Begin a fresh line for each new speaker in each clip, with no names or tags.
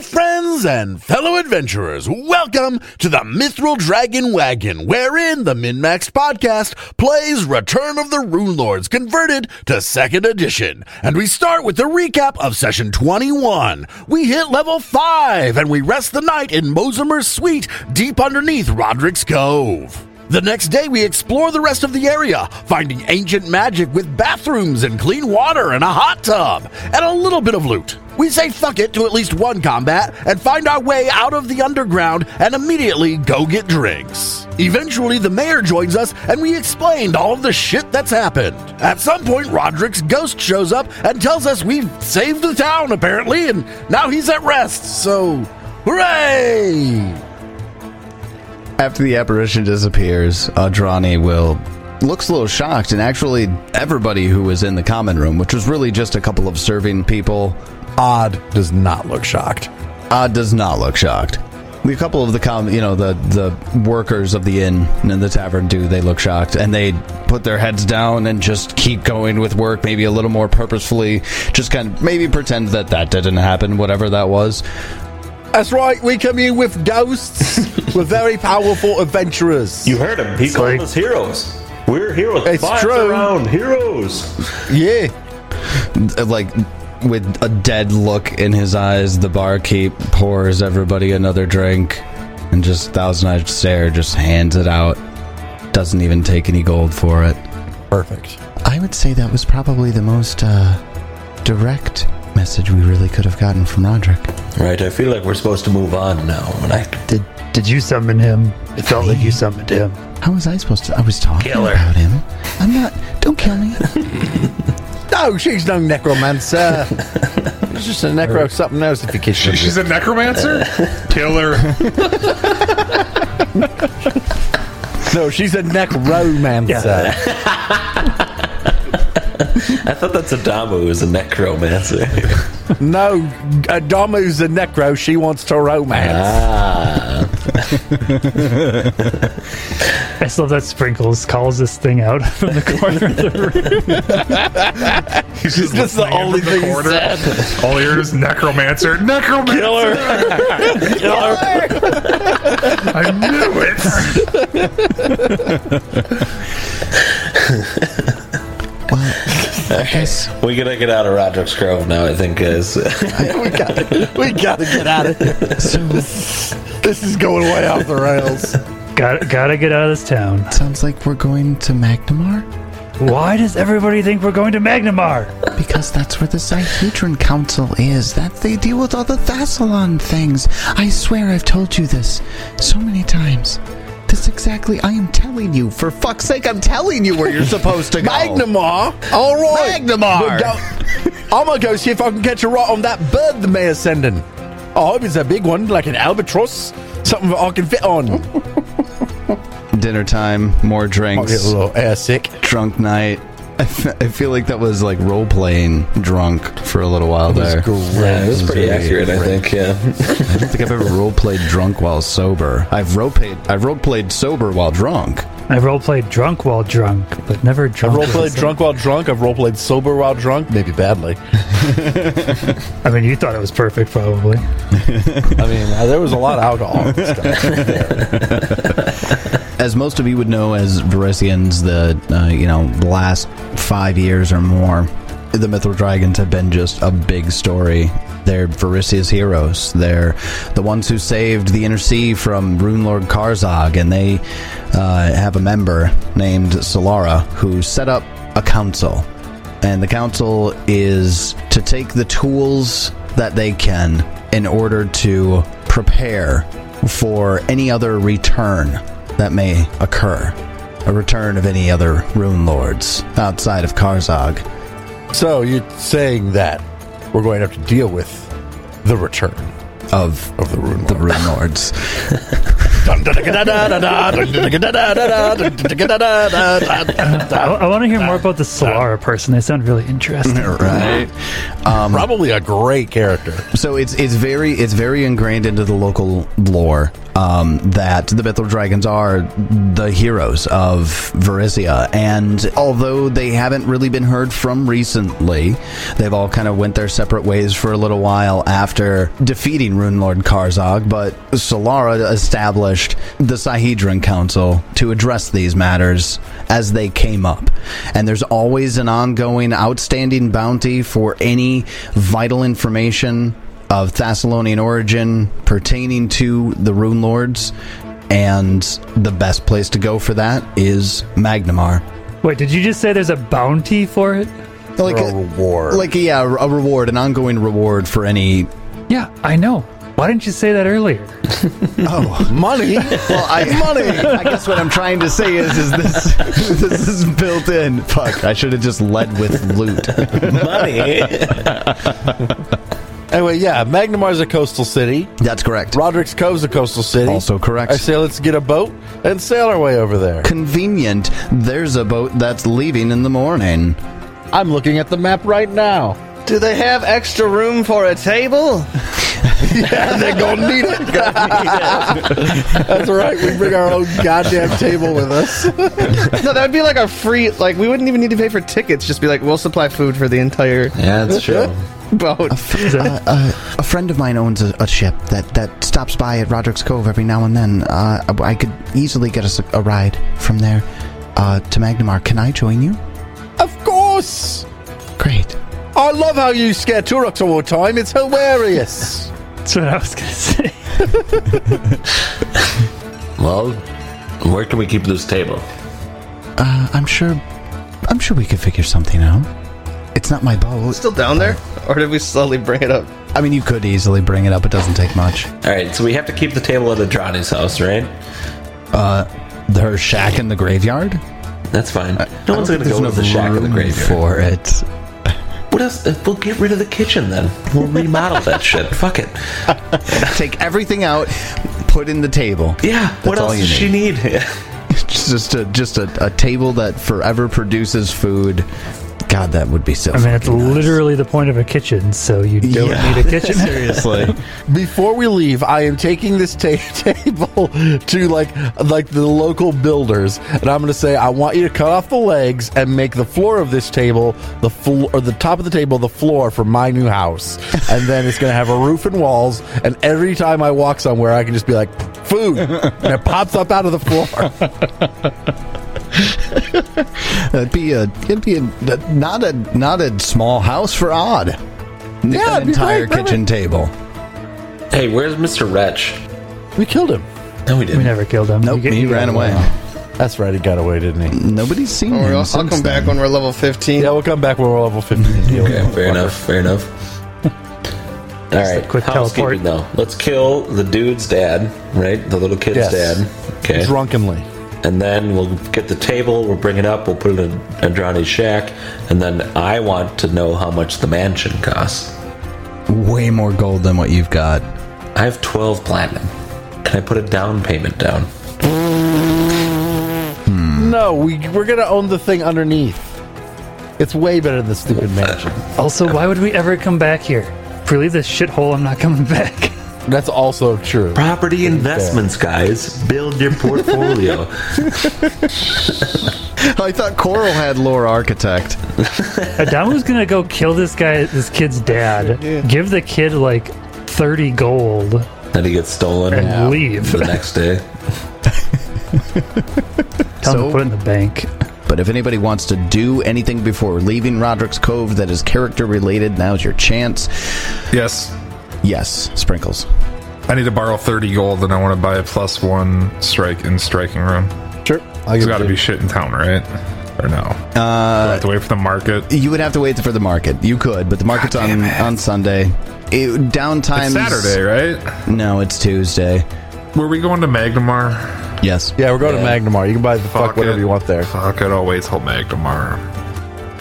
friends and fellow adventurers, welcome to the Mithril Dragon Wagon, wherein the Minmax podcast plays Return of the Rune Lords converted to second edition. And we start with the recap of session 21. We hit level 5 and we rest the night in Mosimer's suite deep underneath Roderick's Cove. The next day, we explore the rest of the area, finding ancient magic with bathrooms and clean water and a hot tub, and a little bit of loot. We say fuck it to at least one combat and find our way out of the underground and immediately go get drinks. Eventually, the mayor joins us and we explained all of the shit that's happened. At some point, Roderick's ghost shows up and tells us we've saved the town, apparently, and now he's at rest, so hooray!
After the apparition disappears, Adrani will looks a little shocked, and actually everybody who was in the common room, which was really just a couple of serving people,
Odd does not look shocked.
uh, does not look shocked. The couple of the com, you know, the the workers of the inn and the tavern do. They look shocked, and they put their heads down and just keep going with work, maybe a little more purposefully. Just kind of maybe pretend that that didn't happen, whatever that was.
That's right, we commune with ghosts. We're very powerful adventurers.
You heard him. He called
like-
us heroes. We're heroes.
It's
Vibes
true.
Around. Heroes.
yeah.
Uh, like with a dead look in his eyes, the barkeep pours everybody another drink and just thousand eyed stare just hands it out. Doesn't even take any gold for it.
Perfect.
I would say that was probably the most uh, direct message we really could have gotten from Roderick.
Right. I feel like we're supposed to move on now. And I
Did did you summon him? It felt like you summoned him.
How was I supposed to? I was talking
Kill her.
about him. I'm not. Don't kill me.
No, she's no necromancer. She's just a necro something else if you kiss her.
She's a necromancer? Killer.
No, she's a necromancer.
I thought that's Adamu is a necromancer.
No, Adamu's a necro. She wants to romance.
ah.
I still love that Sprinkles calls this thing out from the corner of the room.
He's just,
That's the
listening in
only
from
thing he
corner. All he heard is necromancer. Necromancer. I knew it.
Yes.
We gotta get out of Roderick's Grove now. I think is.
we, gotta, we gotta get out of here.
So
This is going way off the rails.
Got gotta get out of this town.
sounds like we're going to Magnamar
Why does everybody think we're going to Magnamar?
because that's where the Cyhedron Council is. That they deal with all the Thassalon things. I swear I've told you this so many times. This exactly. I am telling you. For fuck's sake, I'm telling you where you're supposed to go.
Magnamar. All right.
Magnamar.
But don't- I'm gonna go see if I can catch a right on that bird the mayor's sending. I hope it's a big one, like an albatross, something that I can fit on.
Dinner time. More
I'll get
drinks.
a little air sick.
drunk night. I fe- I feel like that was like role playing drunk for a little while there.
yeah, it was pretty
Very
accurate. I think. Yeah.
I don't think I've ever role played drunk while sober. I've role played I've role played sober while drunk.
I roleplayed drunk while drunk, but never drunk.
I've role
while
played drunk while drunk. I've role played sober while drunk. Maybe badly.
I mean, you thought it was perfect, probably.
I mean, uh, there was a lot of alcohol. and stuff.
As most of you would know, as Varisians, the uh, you know the last five years or more, the Mithril Dragons have been just a big story. They're Varisia's heroes. They're the ones who saved the Inner Sea from Rune Lord Karzog, and they uh, have a member named Solara who set up a council and the council is to take the tools that they can in order to prepare for any other return that may occur. A return of any other rune lords outside of Karzog.
so you're saying that we're going to have to deal with the return
Of
of the rune.
the
Lord.
rune lords.
I,
Probably
want to hear more about the Solara person. They sound really interesting.
right?
a great character.
So it's it's very it's very ingrained into the local lore um, that the Mithril Dragons are the heroes of Varisia, and although they haven't really been heard from recently, they've all kind of went their separate ways for a little while after defeating Rune Lord Karzog. But Solara established the Sahedron Council to address these matters as they came up, and there's always an ongoing outstanding bounty for any vital information of Thessalonian origin pertaining to the Rune Lords, and the best place to go for that is Magnamar.
Wait, did you just say there's a bounty for it?
Like
a reward.
like yeah, a reward, an ongoing reward for any.
Yeah, I know. Why didn't you say that earlier?
Oh,
Money?
well, I, money. I guess what I'm trying to say is, is this this is built in. Fuck, I should have just led with loot.
Money.
Anyway, yeah, Magnemar's a coastal city.
That's correct.
Roderick's Cove's a coastal city.
Also correct.
I say let's get a boat and sail our way over there.
Convenient. There's a boat that's leaving in the morning.
I'm looking at the map right now.
Do they have extra room for a table?
They're gonna need it. That's right. We bring our own goddamn table with us.
no, that would be like our free. Like we wouldn't even need to pay for tickets. Just be like, we'll supply food for the entire
yeah, that's true.
boat.
Is it-
Uh, a friend of mine owns a, a ship that, that stops by at Roderick's Cove every now and then. Uh, I could easily get us a, a ride from there uh, to Magnamar. Can I join you?
Of course.
Great.
I love how you scare Turok all the time. It's hilarious.
That's what I was gonna say.
Well, where can we keep this table?
Uh, I'm sure. I'm sure we could figure something out. It's not my boat.
Still down there, or did we slowly bring it up?
I mean, you could easily bring it up. It doesn't take much.
All right, so we have to keep the table at Adrani's house, right?
Her shack in the graveyard.
That's fine. No one's gonna go with the shack in the graveyard.
for it.
What else? uh, We'll get rid of the kitchen then. We'll remodel that shit. Fuck it.
Take everything out. Put in the table.
Yeah. what
That's all
else
you
does she need?
just a just a, a table that forever produces food. God, that would be so.
I mean, it's
fucking nice.
literally the point of a kitchen, so you don't
Yeah.
need a kitchen.
seriously.
Before we leave, I am taking this ta- table to like like the local builders, and I'm going to say I want you to cut off the legs and make the floor of this table the floor or the top of the table the floor for my new house, and then it's going to have a roof and walls. And every time I walk somewhere, I can just be like food, and it pops up out of the floor.
it'd be a it'd be a, not a not a small house for odd.
Yeah,
an
it'd be
entire
great, perfect.
kitchen table.
hey, where's Mr. Wretch?
We killed him.
No, we didn't.
We never killed him.
Nope,
You get-
he
you
ran
get-
away.
That's right, he got away, didn't he?
Nobody's seen
Or
him.
Oh, I'll, I'll
since
come
then.
back when we're level fifteen.
Yeah, we'll come back when we're level 15.
Okay, fair enough. Fair enough. All right,
quick
housekeeping
teleport.
though. Let's kill the dude's dad, right? The little kid's
Yes.
dad. Okay.
Drunkenly.
And then we'll get the table, we'll bring it up, we'll put it in Andrani's shack, and then I want to know how much the mansion costs.
Way more gold than what you've got.
I have 12 platinum. Can I put a down payment down?
No, we, we're going to own the thing underneath. It's way better than the stupid mansion.
Also, why would we ever come back here? If we leave this shithole, I'm not coming back.
That's also true.
Property investments, guys. Build your portfolio.
I thought Coral had lore architect.
Adamu's gonna go kill this guy, this kid's dad. Give the kid like thirty gold
then he gets stolen
and leave.
the next day.
Tell him
So-
to put it in the bank.
But if anybody wants to do anything before leaving Roderick's Cove that is character related, now's your chance.
Yes.
Yes, sprinkles.
I need to borrow 30 gold and I want to buy a plus one strike in striking room.
Sure. I
There's got to be shit in town, right? Or no? Uh, I have to wait for the market.
You would have to wait for the market. You could, but the market's on on Sunday. It, downtime
It's Saturday, right?
No, it's Tuesday.
Were we going to Magnamar?
Yes.
Yeah, we're going to Magnamar. You can buy the fuck,
Fuck
whatever
it.
you want there.
Fuck it, I'll wait till Magnamar.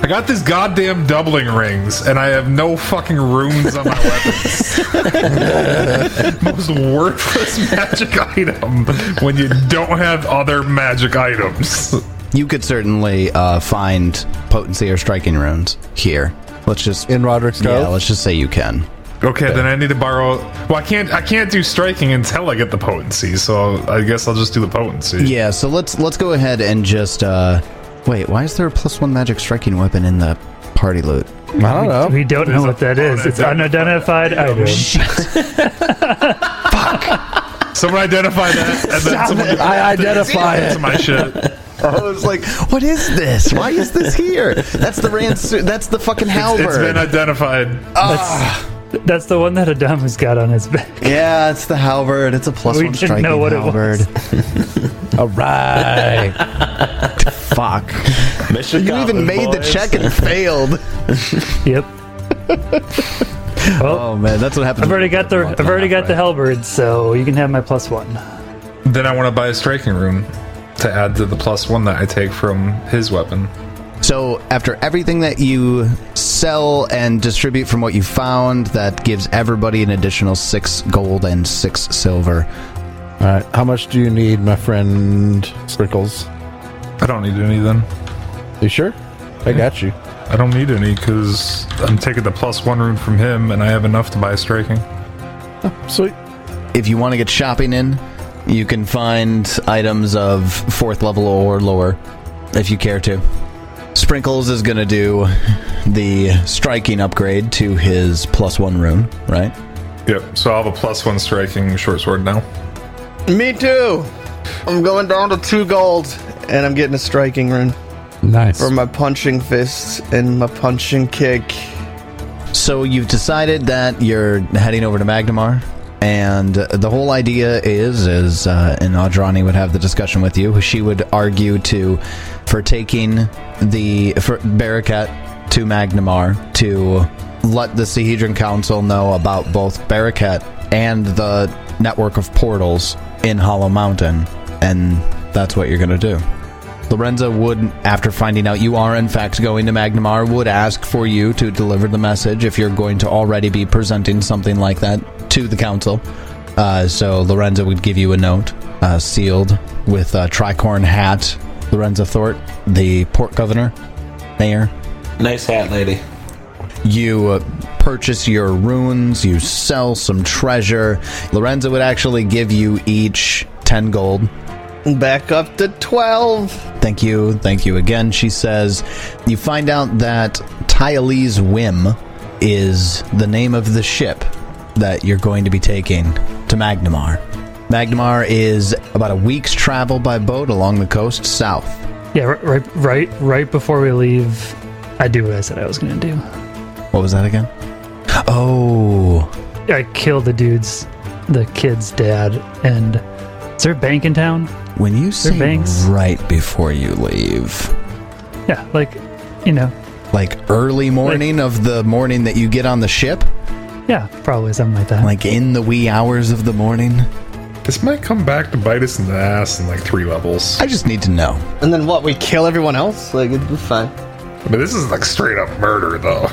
I got this goddamn doubling rings, and I have no fucking runes on my weapons. Most worthless magic item when you don't have other magic items.
You could certainly uh, find potency or striking runes here. Let's just
in Roderick's Cove.
yeah, let's just say you can.
Okay, then I need to borrow. Well, I can't. I can't do striking until I get the potency. So I guess I'll just do the potency.
Yeah, so let's let's go ahead and just uh, wait. Why is there a plus one magic striking weapon in the party loot?
I don't know.
We don't know what that is. It's unidentified item.
Someone identify that, and then someone
it. I identify
That's
it.
my shit.
I was like, what is this? Why is this here? That's the Ransu. That's the fucking
It's
halberd.
been identified.
That's the one that Adam has got on his back.
yeah, it's the halberd. It's a plus
We
one
didn't
striking
know what it
halberd.
All right.
Fuck.
Mission
You even made
accomplished,
the
boys.
check and failed.
Yep. well,
Oh man, that's what happened.
I've already got the I've already got the halberd, so you can have my plus one.
Then I want to buy a striking rune to add to the plus one that I take from his weapon.
So after everything that you sell and distribute from what you found, that gives everybody an additional six gold and six silver.
All right. How much do you need, my friend Sprinkles?
I don't need any then.
You sure? I got you.
I don't need any because I'm taking the plus one rune from him, and I have enough to buy striking.
Sweet.
If you want to get shopping in, you can find items of fourth level or lower if you care to. Sprinkles is going to do the striking upgrade to his plus one rune, right?
Yep. So I'll have a plus one striking short sword now.
Me too. I'm going down to two gold, and I'm getting a striking rune
Nice.
for my punching fist and my punching kick.
So you've decided that you're heading over to Magnamar, and the whole idea is, is uh, and Audrani would have the discussion with you. She would argue to for taking the for Barakat to Magnamar to let the Sahedron Council know about both Barakat and the network of portals in Hollow Mountain, and that's what you're gonna do. Lorenzo would, after finding out you are in fact going to Magnamar, would ask for you to deliver the message if you're going to already be presenting something like that to the council. Uh, so Lorenzo would give you a note uh, sealed with a tricorn hat. Lorenzo Thort, the port governor, mayor,
Nice hat, lady.
you uh, purchase your runes, you sell some treasure. Lorenzo would actually give you each 10 gold
Back up to 12.
Thank you, thank you again. She says, You find out that Tyalee's Whim is the name of the ship that you're going to be taking to Magnamar. Magnamar is about a week's travel by boat along the coast south.
Yeah, ri- right, right, right before we leave, I do what I said I was gonna do.
What was that again? Oh,
I kill the dude's, the kid's dad, and is there a bank in town?
when you say
banks.
right before you leave,
Yeah, like, you know,
like early morning of the morning that you get on the ship,
yeah, probably something like that.
like in the wee hours of the morning,
This might come back to bite us in the ass in like three levels.
I just need to know.
And then what? We kill everyone else? Like, it'd be fine.
But this is like straight up murder, though.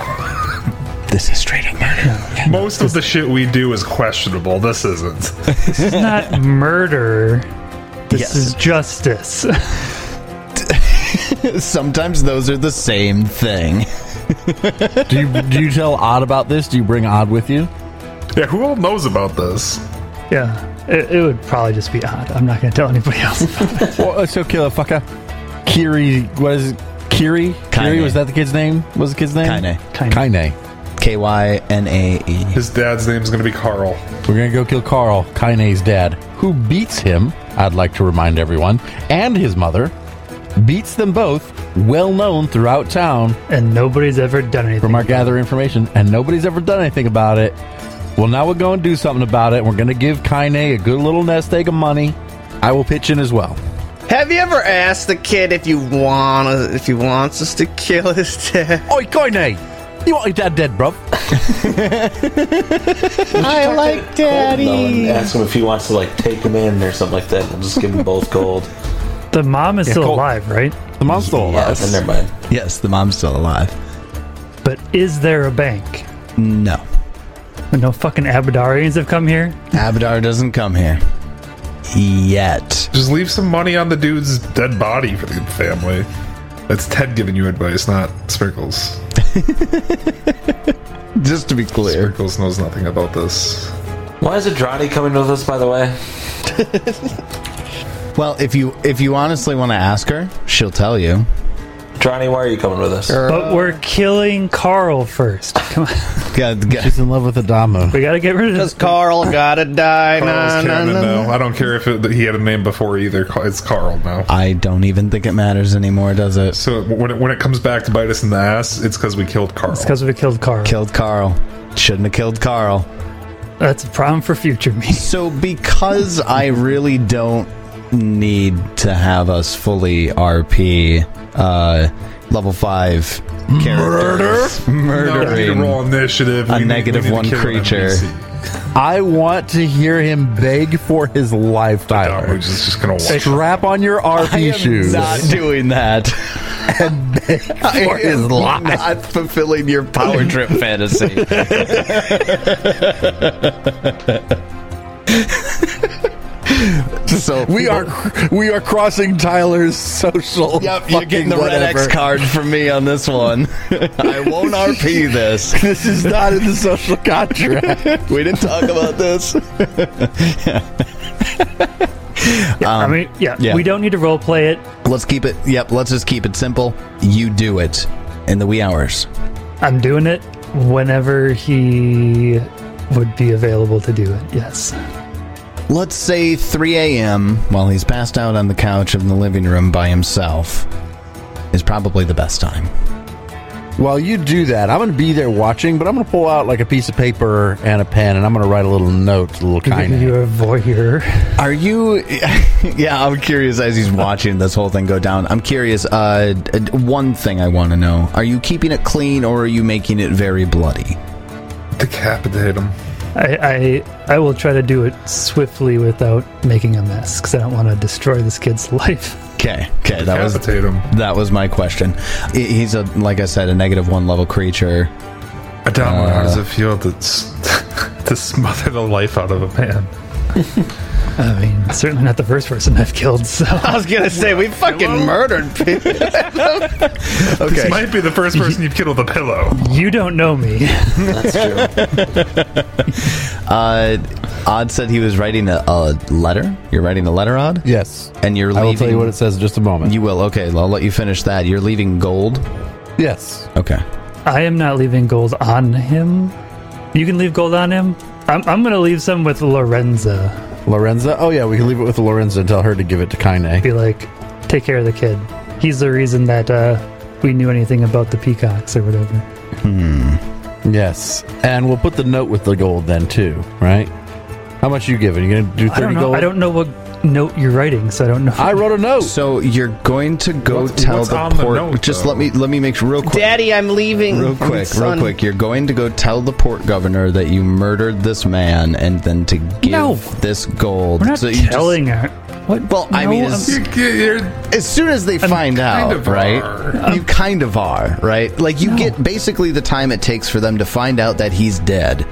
This is straight up murder.
Most of the shit we do is questionable. This isn't.
This is not murder. This
Yes.
is justice.
Sometimes those are the same thing.
do you do you tell Odd about this? Do you bring Odd with you?
Yeah, who all knows about this?
yeah, it, it would probably just be odd. I'm not gonna tell anybody else. About it.
Well, let's go kill a fucker. Kiri, what is it? Kiri? Kiri,
Kaine.
was that the kid's name? Was the kid's name?
Kaine.
Kaine.
Kaine.
K Y N A E.
His dad's name's gonna be Carl.
We're going to go kill Carl, Kaine's dad, who beats him, I'd like to remind everyone, and his mother. Beats them both, well known throughout town
and nobody's ever done anything.
from our gather information, and nobody's ever done anything about it. Well, now we're going to do something about it. We're going to give Kaine a good little nest egg of money. I will pitch in as well.
Have you ever asked the kid if you want if he wants us to kill his dad?
Oi, Kaine! You want your dad dead, bruv?
I like Daddy. and ask him if he wants to like take him in or something like that. We'll just give him both gold.
the mom is still
Col-
alive, right?
The mom's still
Yeah,
alive.
then never mind.
Yes, the mom's still alive.
But is there a bank?
No.
No fucking Abadarians have come here.
Abadar doesn't come here. Yet.
Just leave some money on the dude's dead body for the family. That's Ted giving you advice, not Sprinkles.
Just to be clear.
Sprinkles knows nothing about this.
Why is Adrani coming with us, by the way?
Well, if you if you honestly want to ask her, she'll tell you.
Adrani, why are you coming with us?
Uh.
But we're killing Carl first. Come on,
God, God.
She's in love with Adamo.
we gotta get rid of
Cause
this.
Carl gotta die.
Carl's
Nah, nah,
canon
nah, nah.
now. I don't care if it, that he had a name before either. Ca- It's Carl now.
I don't even think it matters anymore, does it?
So when it, when it comes back to bite us in the ass, it's because we killed Carl.
It's because we killed Carl.
Killed Carl. Shouldn't have killed Carl.
That's a problem for future me.
So because I really don't need to have us fully RP uh level 5 characters
no, we need to
murdering
roll initiative.
a
We need- we
negative
need to
one
kill an
creature.
NPC.
I want to hear him beg for his life,
Oh,
Tyler.
we're just, just gonna watch.
Strap on your
I
RP
am
shoes.
not doing that.
for his life.
Not fulfilling your power trip fantasy. so
We are we are crossing Tyler's social.
Yep, you're getting the
whatever.
red X card from me on this one. I won't RP this.
This is not in the social contract.
We didn't talk about this.
I mean, yeah,
Um, yeah.
we don't need to roleplay it.
Let's keep it. Yep, let's just keep it simple. You do it in the wee hours.
I'm doing it whenever he would be available to do it. Yes.
Let's say 3 a.m. while he's passed out on the couch in the living room by himself is probably the best time.
While you do that, I'm going to be there watching, but I'm going to pull out like a piece of paper and a pen, and I'm going to write a little note, a little kind of.
You're a voyeur.
Are you? yeah, I'm curious as he's watching this whole thing go down. I'm curious. Uh, d- one thing I want to know: Are you keeping it clean, or are you making it very bloody?
Decapitate him.
I, I I will try to do it swiftly without making a mess because I don't want to destroy this kid's life.
Okay, okay, that was Uh,
Decapitate him.
that was my question. I- He's a like I said, a negative one level creature.
Adamo, how does it feel to, s- to smother the life out of a man?
I mean, certainly not the first person I've killed. So
I was gonna say we fucking murdered people.
This might be the first person you've killed with a pillow.
you don't know me.
Uh, Odd said he was writing a, a letter. You're writing a letter, Odd,
Yes,
and you're
I
leaving.
will tell you what it says in just a moment.
you will. Okay, I'll let you finish that. You're leaving gold.
yes,
Okay.
I am not leaving gold on him. You can leave gold on him. I'm, I'm going to leave some with Lorenza.
Lorenza. Oh yeah, we can leave it with Lorenza and tell her to give it to Kaine.
Be like, take care of the kid. He's the reason that uh, we knew anything about the peacocks or whatever.
Yes, and we'll put the note with the gold then too, right? How much you giving? You gonna do
I
thirty
don't know.
gold?
I don't know what note you're writing, so I don't know.
Ah,
I wrote a note.
So you're going to go
What's-
tell
what's
the
on the
port.
note,
just
though?
let me let me make sure real quick.
Daddy, I'm leaving.
Real quick, real
Son.
quick. You're going to go tell the port governor that you murdered this man and then to give
No.
this gold.
We're not
So you just-
telling her. What?
well, I
No,
mean,
I'm-
as,
You're
as soon as they find out,
of
right?
are.
You kind of are, right? Like, you get basically the time it takes for them to find out that he's dead.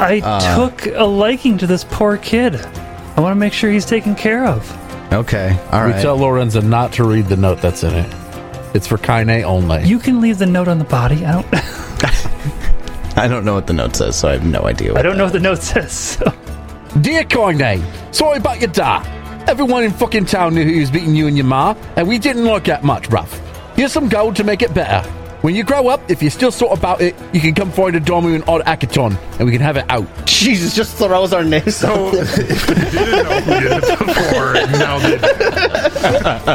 I took a liking to this poor kid. I want to make sure he's taken care of.
Okay, all
we
right.
tell Lorenza not to read the note that's in it. It's for Kaine only.
You can leave the note on the body. I don't.
I don't know what the note says, so I have no idea. What
I don't know what the note says. So.
Dear Kaine, sorry about your da. Everyone in fucking town knew who was beating you and your ma, and we didn't like that much, bruv. Here's some gold to make it better. When you grow up, if you're still sort about it, you can come find a Domu and Odd Akaton, and we can have it out.
Jesus just throws our names.
So, if they didn't know who did it before, now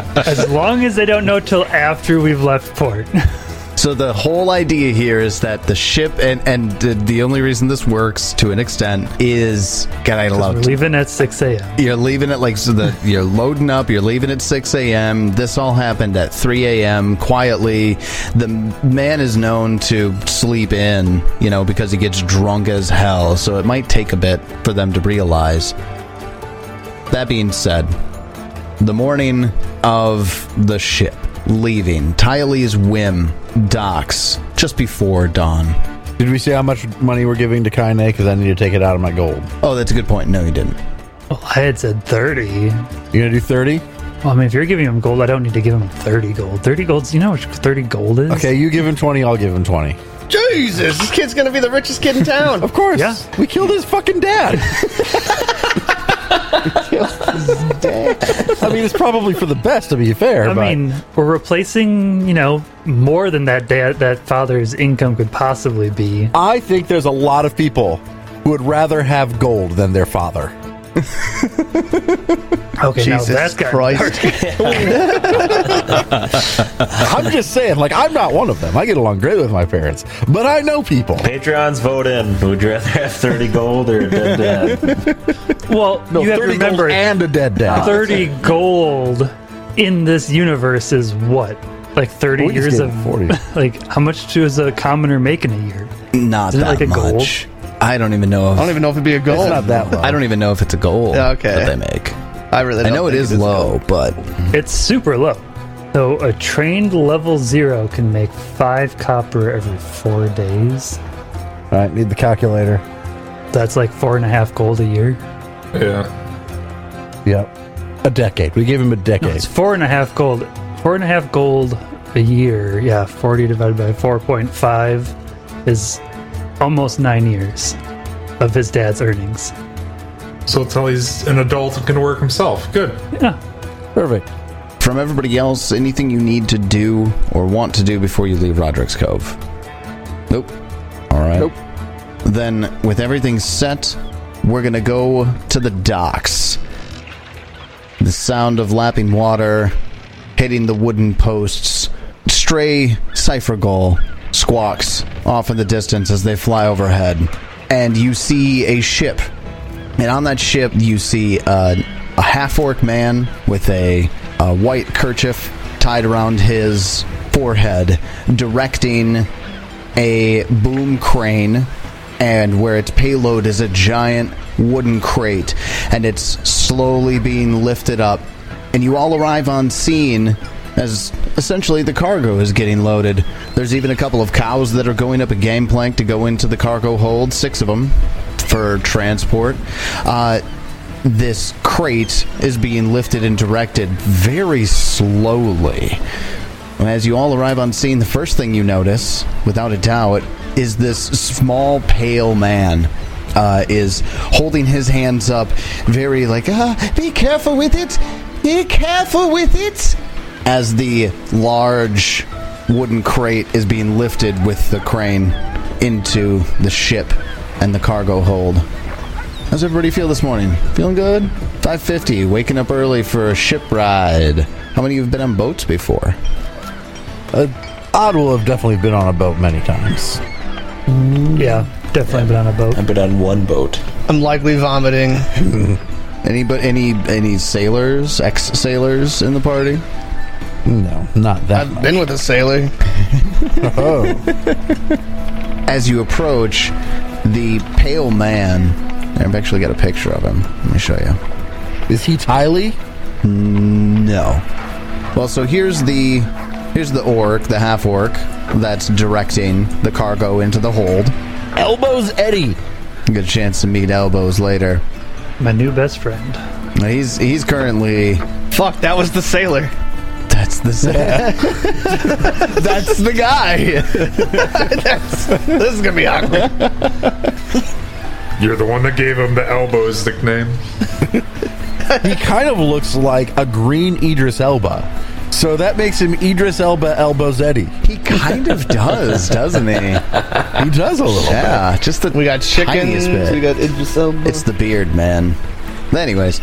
they do.
As long as they don't know till after we've left port.
So the whole idea here is that the ship and and the, the only reason this works to an extent is God, I
We're
love.
leaving at 6 a.m.
You're leaving it like so that you're loading up. You're leaving at 6 a.m. This all happened at 3 a.m. quietly. The man is known to sleep in, you know, because he gets drunk as hell. So it might take a bit for them to realize. That being said, the morning of the ship, leaving. Tylee's whim docks just before dawn.
Did we say how much money we're giving to Kaine? Because I need to take it out of my gold.
Oh, that's a good point. No, you didn't.
Well, Oh, I had said 30.
You gonna do thirty?
Well, I mean, if you're giving him gold, I don't need to give him 30 gold. 30 gold's, you know what 30 gold is?
Okay, you give him twenty. I'll give him twenty.
Jesus, this kid's gonna be the richest kid in town.
Of course.
Yeah.
We killed his fucking dad. I mean, it's probably for the best to be fair.
I
but
mean, we're replacing, you know, more than that dad, that father's income could possibly be.
I think there's a lot of people who would rather have gold than their father.
Okay,
Jesus
now that's gotten
Christ.
I'm just saying, like, I'm not one of them. I get along great with my parents, but I know people.
Patreons vote in. Would you rather have 30 gold or a dead dad?
Well,
No,
you have to
30 gold
remember,
and a dead dad.
30 gold in this universe is what? Like 30
We just
years
gave
of.
him 40.
Like, how much does a commoner make in a year?
Not
Isn't it
that
like a gold?
much. I don't even know if
I don't even know if it'd be a goal.
It's not that low.
I don't even know if it's a goal.
Okay.
That they make.
I really.
I
Don't
know it
think
is
a
low, but
It's super low. So a trained level zero can make five copper every four days.
All right, need the calculator.
That's like four and a half gold a year.
Yeah.
Yep. A decade. We gave him a decade.
It's four and a half gold. Four and a half gold a year. Yeah, 40 divided by 4.5 is almost nine years of his dad's earnings.
So it's how he's an adult and can work himself. Good.
Yeah.
Perfect.
from everybody else, anything you need to do or want to do before you leave Roderick's Cove? Nope. All right.
Nope.
Then, with everything set, we're going to go to the docks. The sound of lapping water, hitting the wooden posts, stray cipher gull squawks off in the distance as they fly overhead. And you see a ship and on that ship, you see uh, a half orc man with a, a white kerchief tied around his forehead, directing a boom crane, and where its payload is a giant wooden crate, and it's slowly being lifted up. And you all arrive on scene as essentially the cargo is getting loaded. There's even a couple of cows that are going up a gangplank to go into the cargo hold, six of them for transport. Uh, this crate is being lifted and directed very slowly. And as you all arrive on scene, the first thing you notice, without a doubt, is this small, pale man uh, is holding his hands up, very like, ah, be careful with it, be careful with it, as the large wooden crate is being lifted with the crane into the ship and the cargo hold. How's everybody feel this morning? Feeling good? 550, waking up early for a ship ride. How many of you have been on boats before?
Uh, Odd will have definitely been on a boat many times.
Yeah, definitely been on a boat.
I've been on one boat.
goal. I'm likely vomiting.
Any but any any sailors, ex sailors in the party?
No, not that.
I've been with a sailor.
oh,
As you approach, the pale man. I've actually got a picture of him. Let me show you.
is he Tylee?
No. Well, so here's the here's the orc, the half orc that's directing the cargo into the hold.
Elbows Eddie.
Good chance to meet elbows later.
My new best friend.
He's he's currently
Fuck, that was the sailor.
that's the that's the guy.
This is gonna be awkward.
You're the one that gave him the elbows nickname.
He kind of looks like a green Idris Elba. So that makes him Idris Elba Elbows Eddie.
He kind of does, doesn't he?
He does a little.
Yeah, just the
We got chickens.
tiniest bit.
We got Idris Elba.
It's the beard, man. Anyways,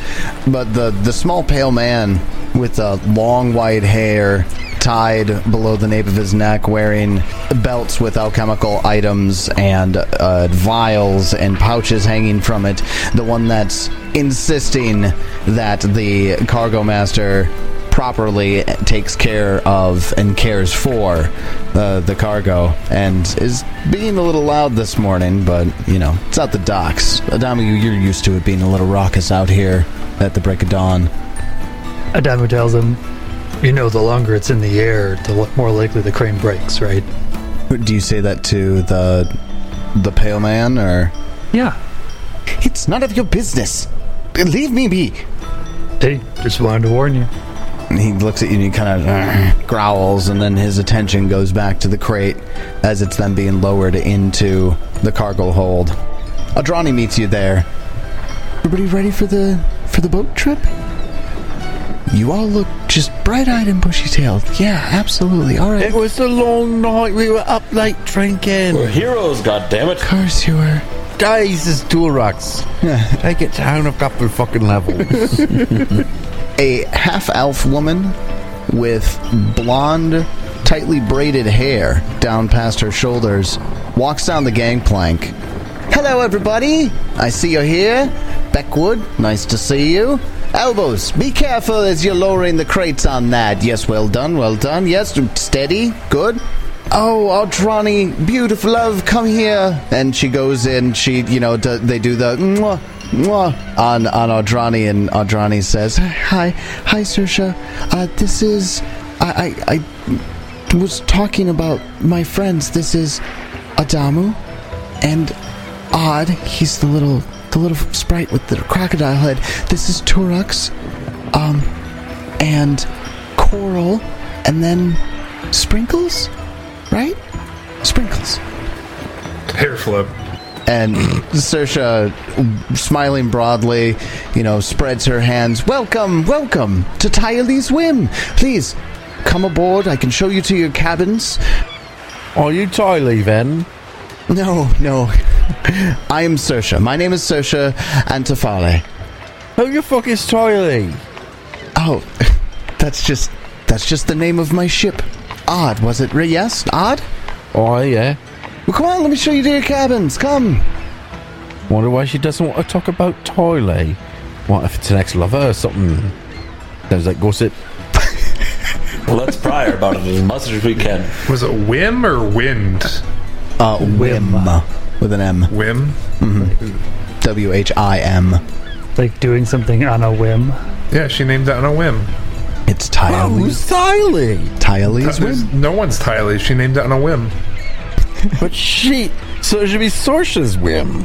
but the the small pale man with the long white hair tied below the nape of his neck, wearing belts with alchemical items and uh, vials and pouches hanging from it, the one that's insisting that the cargo master properly takes care of and cares for uh, the cargo and is being a little loud this morning, but you know, it's out the docks. Adami, you- you're used to it being a little raucous out here at the break of dawn.
Adamu tells him, You know, the longer it's in the air, the li- more likely the crane breaks, right?
Do you say that to the the pale man or?
Yeah.
It's none of your business. Leave me be.
Hey, just wanted to warn you.
And he looks at you and he kind of uh, growls, and then his attention goes back to the crate as it's then being lowered into the cargo hold. Adrani meets you there. Everybody ready for the for the boat trip? You all look just bright-eyed and bushy-tailed. Yeah, absolutely. All right.
It was a long night. We were up late drinking.
We're heroes, goddammit.
Of course you are.
Days is Durax. Take it down a couple fucking levels.
a half elf woman with blonde, tightly braided hair down past her shoulders walks down the gangplank. Hello, everybody. I see you're here. Beckwood, nice to see you. Elbows, be careful as you're lowering the crates on that. Yes, well done, well done. Yes, steady, good. Oh, Altrani, beautiful love, come here. And she goes in, she, you know, d- they do the mwah, mwah on, on Audrani, and Audrani says, Hi, hi, Sersha. Uh, this is. I, I, I was talking about my friends. This is Adamu and Odd. He's the little. The little sprite with the crocodile head. This is Turux. Um, and Coral, and then Sprinkles? right? Sprinkles.
Hair flip.
And Sersha, smiling broadly, you know, spreads her hands. Welcome, welcome to Tyalee's Whim. Please come aboard. I can show you to your cabins.
Are you Tylee then?
No, no. I am Sersha. My name is Sersha Antafale.
Who the fuck is Tylee?
Oh, that's just that's just the name of my ship. Odd, was it? Re- Yes, odd.
Oh, yeah.
Well, come on, let me show you to your cabins. Come.
Wonder why she doesn't want to talk about Tylee. What if it's an ex lover or something? Sounds like gossip.
Let's pry her about it as much as we can.
Was it whim or wind?
Uh, whim with an M.
Whim?
W H I M.
Like doing something on a whim.
Yeah, she named it on a whim.
It's Tylee's.
Tylee?
Tylee's
There's-
whim.
Uh, no one's Tylee. She named it on a whim.
But she. So it should be Sorsha's whim.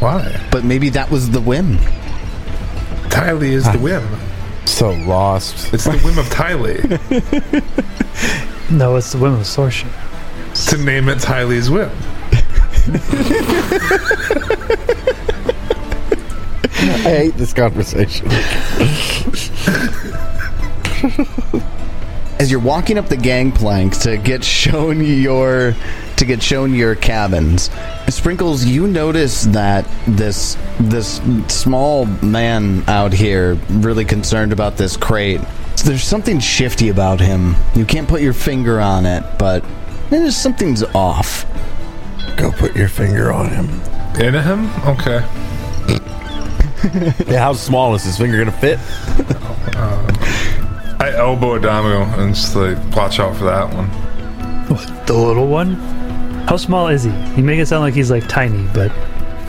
Why?
But maybe that was the whim.
Tylee is
Ah.
the whim.
So lost.
It's the whim of Tylee
No, it's the whim of Sorsha.
to name it Tylee's whim.
I hate this conversation.
As you're walking up the gangplank to get shown your to get shown your cabins, Sprinkles, you notice that this this small man out here really concerned about this crate. There's something shifty about him. You can't put your finger on it, but there's something's off.
Go put your finger on him.
In him? Okay.
Yeah, how small is his finger gonna fit?
I elbow Adamu and just like, watch out for that one.
The little one? How small is he? You make it sound like he's like tiny, but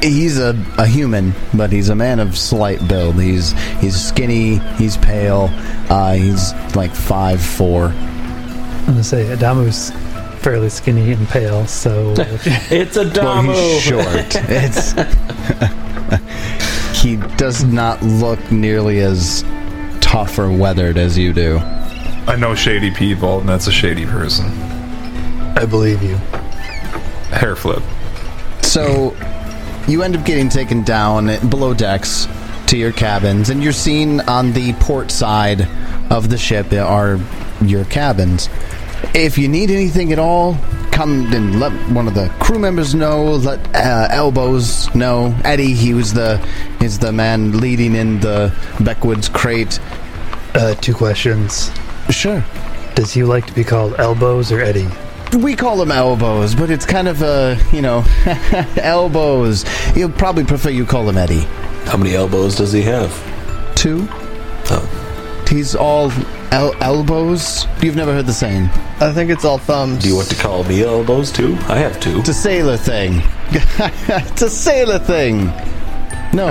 He's a, a human, but he's a man of slight build. He's he's skinny. He's pale. Uh, he's like five four.
I'm gonna say Adamu's fairly skinny and pale, so
It's a
Well,
domo.
he's short. It's he does not look nearly as tough or weathered as you do.
I know shady people, and that's a shady person.
I believe you.
Hair flip.
So you end up getting taken down below decks to your cabins, and you're seen on the port side of the ship are your cabins. If you need anything at all, come and let one of the crew members know. Let uh, elbows know. Eddie, he was the is the man leading in the Beckwoods crate.
Uh, two questions.
Sure.
Does he like to be called Elbows or Eddie?
We call them elbows, but it's kind of a you know elbows. You'll probably prefer you call him Eddie.
How many elbows does he have?
Two.
Oh.
He's all el- elbows. You've never heard the saying.
I think it's all thumbs.
Do you want to call me elbows too? I have two.
It's a sailor thing. it's a sailor thing. No.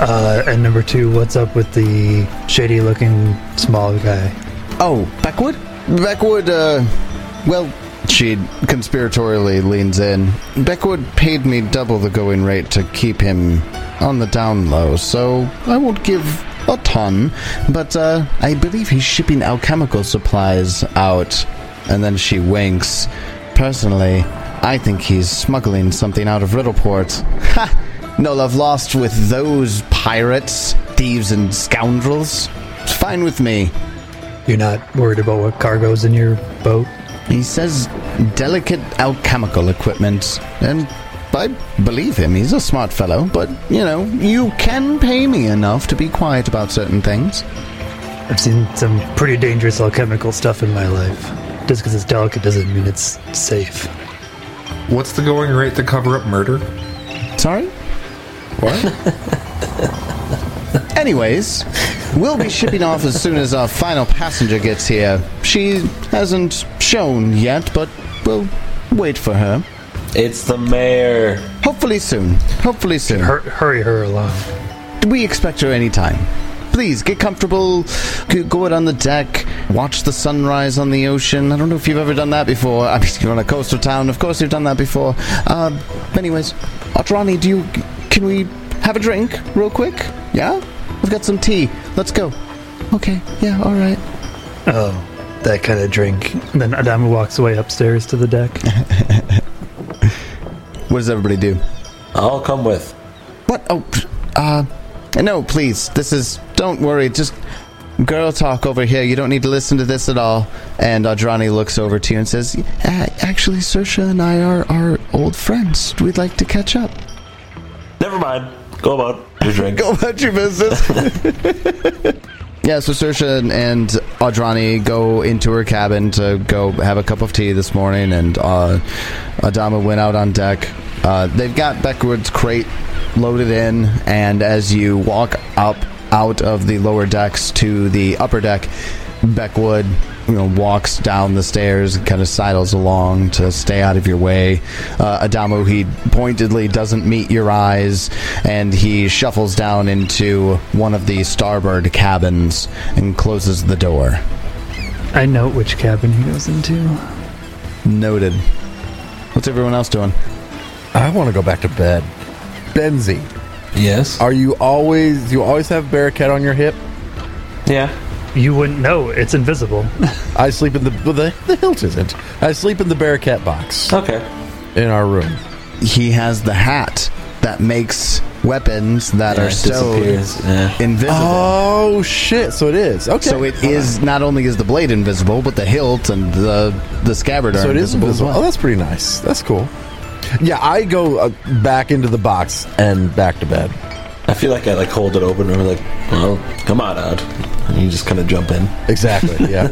Uh, and number two, what's up with the shady looking small guy?
Oh, Beckwood? Beckwood, uh, well, she conspiratorially leans in. Beckwood paid me double the going rate to keep him on the down low, so I won't give a ton, but uh, I believe he's shipping alchemical supplies out. And then she winks. Personally, I think he's smuggling something out of Riddleport. Ha! No love lost with those pirates, thieves, and scoundrels. It's fine with me.
You're not worried about what cargo's in your boat?
He says delicate alchemical equipment, and I believe him. He's a smart fellow, but you know, you can pay me enough to be quiet about certain things.
I've seen some pretty dangerous alchemical stuff in my life. Just because it's delicate doesn't mean it's safe.
What's the going rate to cover up murder?
Sorry?
What?
Anyways, we'll be shipping off as soon as our final passenger gets here. She hasn't shown yet, but we'll wait for her.
It's the mayor.
Hopefully soon. Hopefully soon.
Hur- hurry her along.
We expect her anytime. Please get comfortable, g- go out on the deck, watch the sunrise on the ocean. I don't know if you've ever done that before. I mean, you're on a coastal town, of course you've done that before. Uh, anyways, Atrani, do you. Can we have a drink real quick? Yeah? I've got some tea. Let's go. Okay, yeah, alright.
Oh, that kind of drink. And then Adama walks away upstairs to the deck.
What does everybody do?
I'll come with.
What? Oh, pff, uh, no, please. This is. Don't worry. Just girl talk over here. You don't need to listen to this at all. And Adrani looks over to you and says, "A- "Actually, Sersha and I are are old friends. We'd like to catch up."
Never mind. Go about your drink.
Go about your business. yeah, so Sersha and, and Audrani go into her cabin to go have a cup of tea this morning, and uh, Adama went out on deck. Uh, they've got Beckwood's crate loaded in, and as you walk up out of the lower decks to the upper deck, Beckwood you know, walks down the stairs and kind of sidles along to stay out of your way. Uh, Adamo, he pointedly doesn't meet your eyes, and he shuffles down into one of the starboard cabins and closes the door.
I note which cabin he goes into.
Noted. What's everyone else doing?
I want to go back to bed. Benzie,
Yes.
are you always? You always have barricade on your hip.
Yeah.
You wouldn't know. It's invisible.
I sleep in the well, the, the hilt isn't. I sleep in the barricade box
Okay.
in our room.
He has the hat that makes weapons that
Yeah,
are
it
so
disappears. Yeah.
invisible.
Oh shit! So it is okay.
So it is not only is the blade invisible, but the hilt and the the scabbard are
So it is
invisible,
invisible.
as
Oh,
well.
that's pretty nice. That's cool. Yeah, I go uh, back into the box and back to bed.
I feel like I like hold it open and we're like, well, come on out. And you just kind of jump in.
Exactly. Yeah.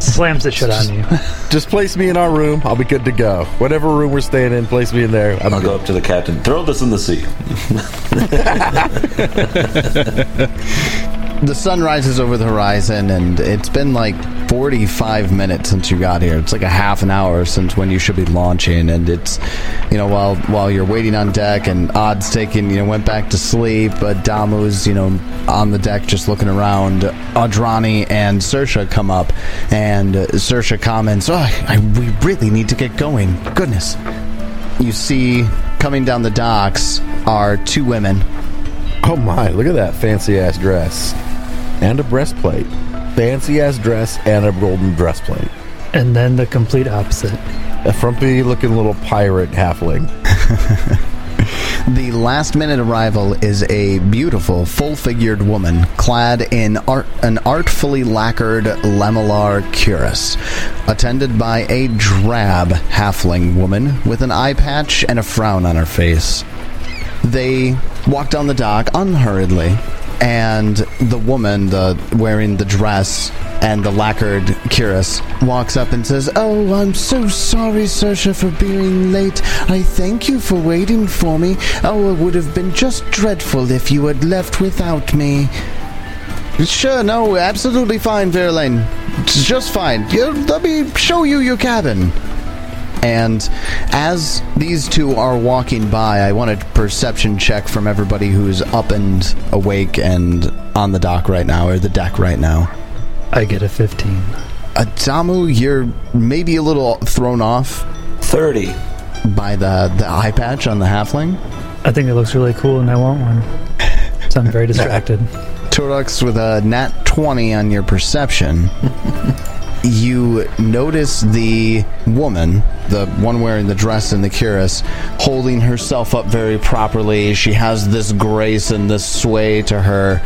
Slams the shit on you.
Just place me in our room. I'll be good to go. Whatever room we're staying in, place me in there. I'm
I'll
good.
go up to the captain. Throw this in the sea.
The sun rises over the horizon, and it's been like 45 minutes since you got here. It's like a half an hour since when you should be launching, and it's, you know, while while you're waiting on deck, and Odd's taking, you know, went back to sleep. But Damu's, you know, on the deck just looking around. Adrani and Sersha come up, and uh, Sersha comments, "Oh, I, we really need to get going. Goodness." You see, coming down the docks are two women.
Oh my! Look at that fancy ass dress and a breastplate. Fancy ass dress and a golden breastplate.
And then the complete opposite.
A frumpy looking little pirate halfling.
The last minute arrival is a beautiful, full figured woman clad in art, an artfully lacquered lamellar cuirass, attended by a drab halfling woman with an eye patch and a frown on her face. They walk down the dock unhurriedly, and the woman the, wearing the dress and the lacquered cuirass walks up and says, Oh, I'm so sorry, Sersha, for being late. I thank you for waiting for me. Oh, it would have been just dreadful if you had left without me. Sure, no, absolutely fine, Verlaine. It's Just fine. You- let me show you your cabin. And as these two are walking by, I want a perception check from everybody who's up and awake and on the dock right now, or the deck right now.
I get a 15.
Atamu, you're maybe a little thrown off
30.
by the, the eye patch on the halfling.
I think it looks really cool and I want one. So I'm very distracted.
Torux with a nat 20 on your perception. you notice the woman, the one wearing the dress and the cuirass, holding herself up very properly. She has this grace and this sway to her,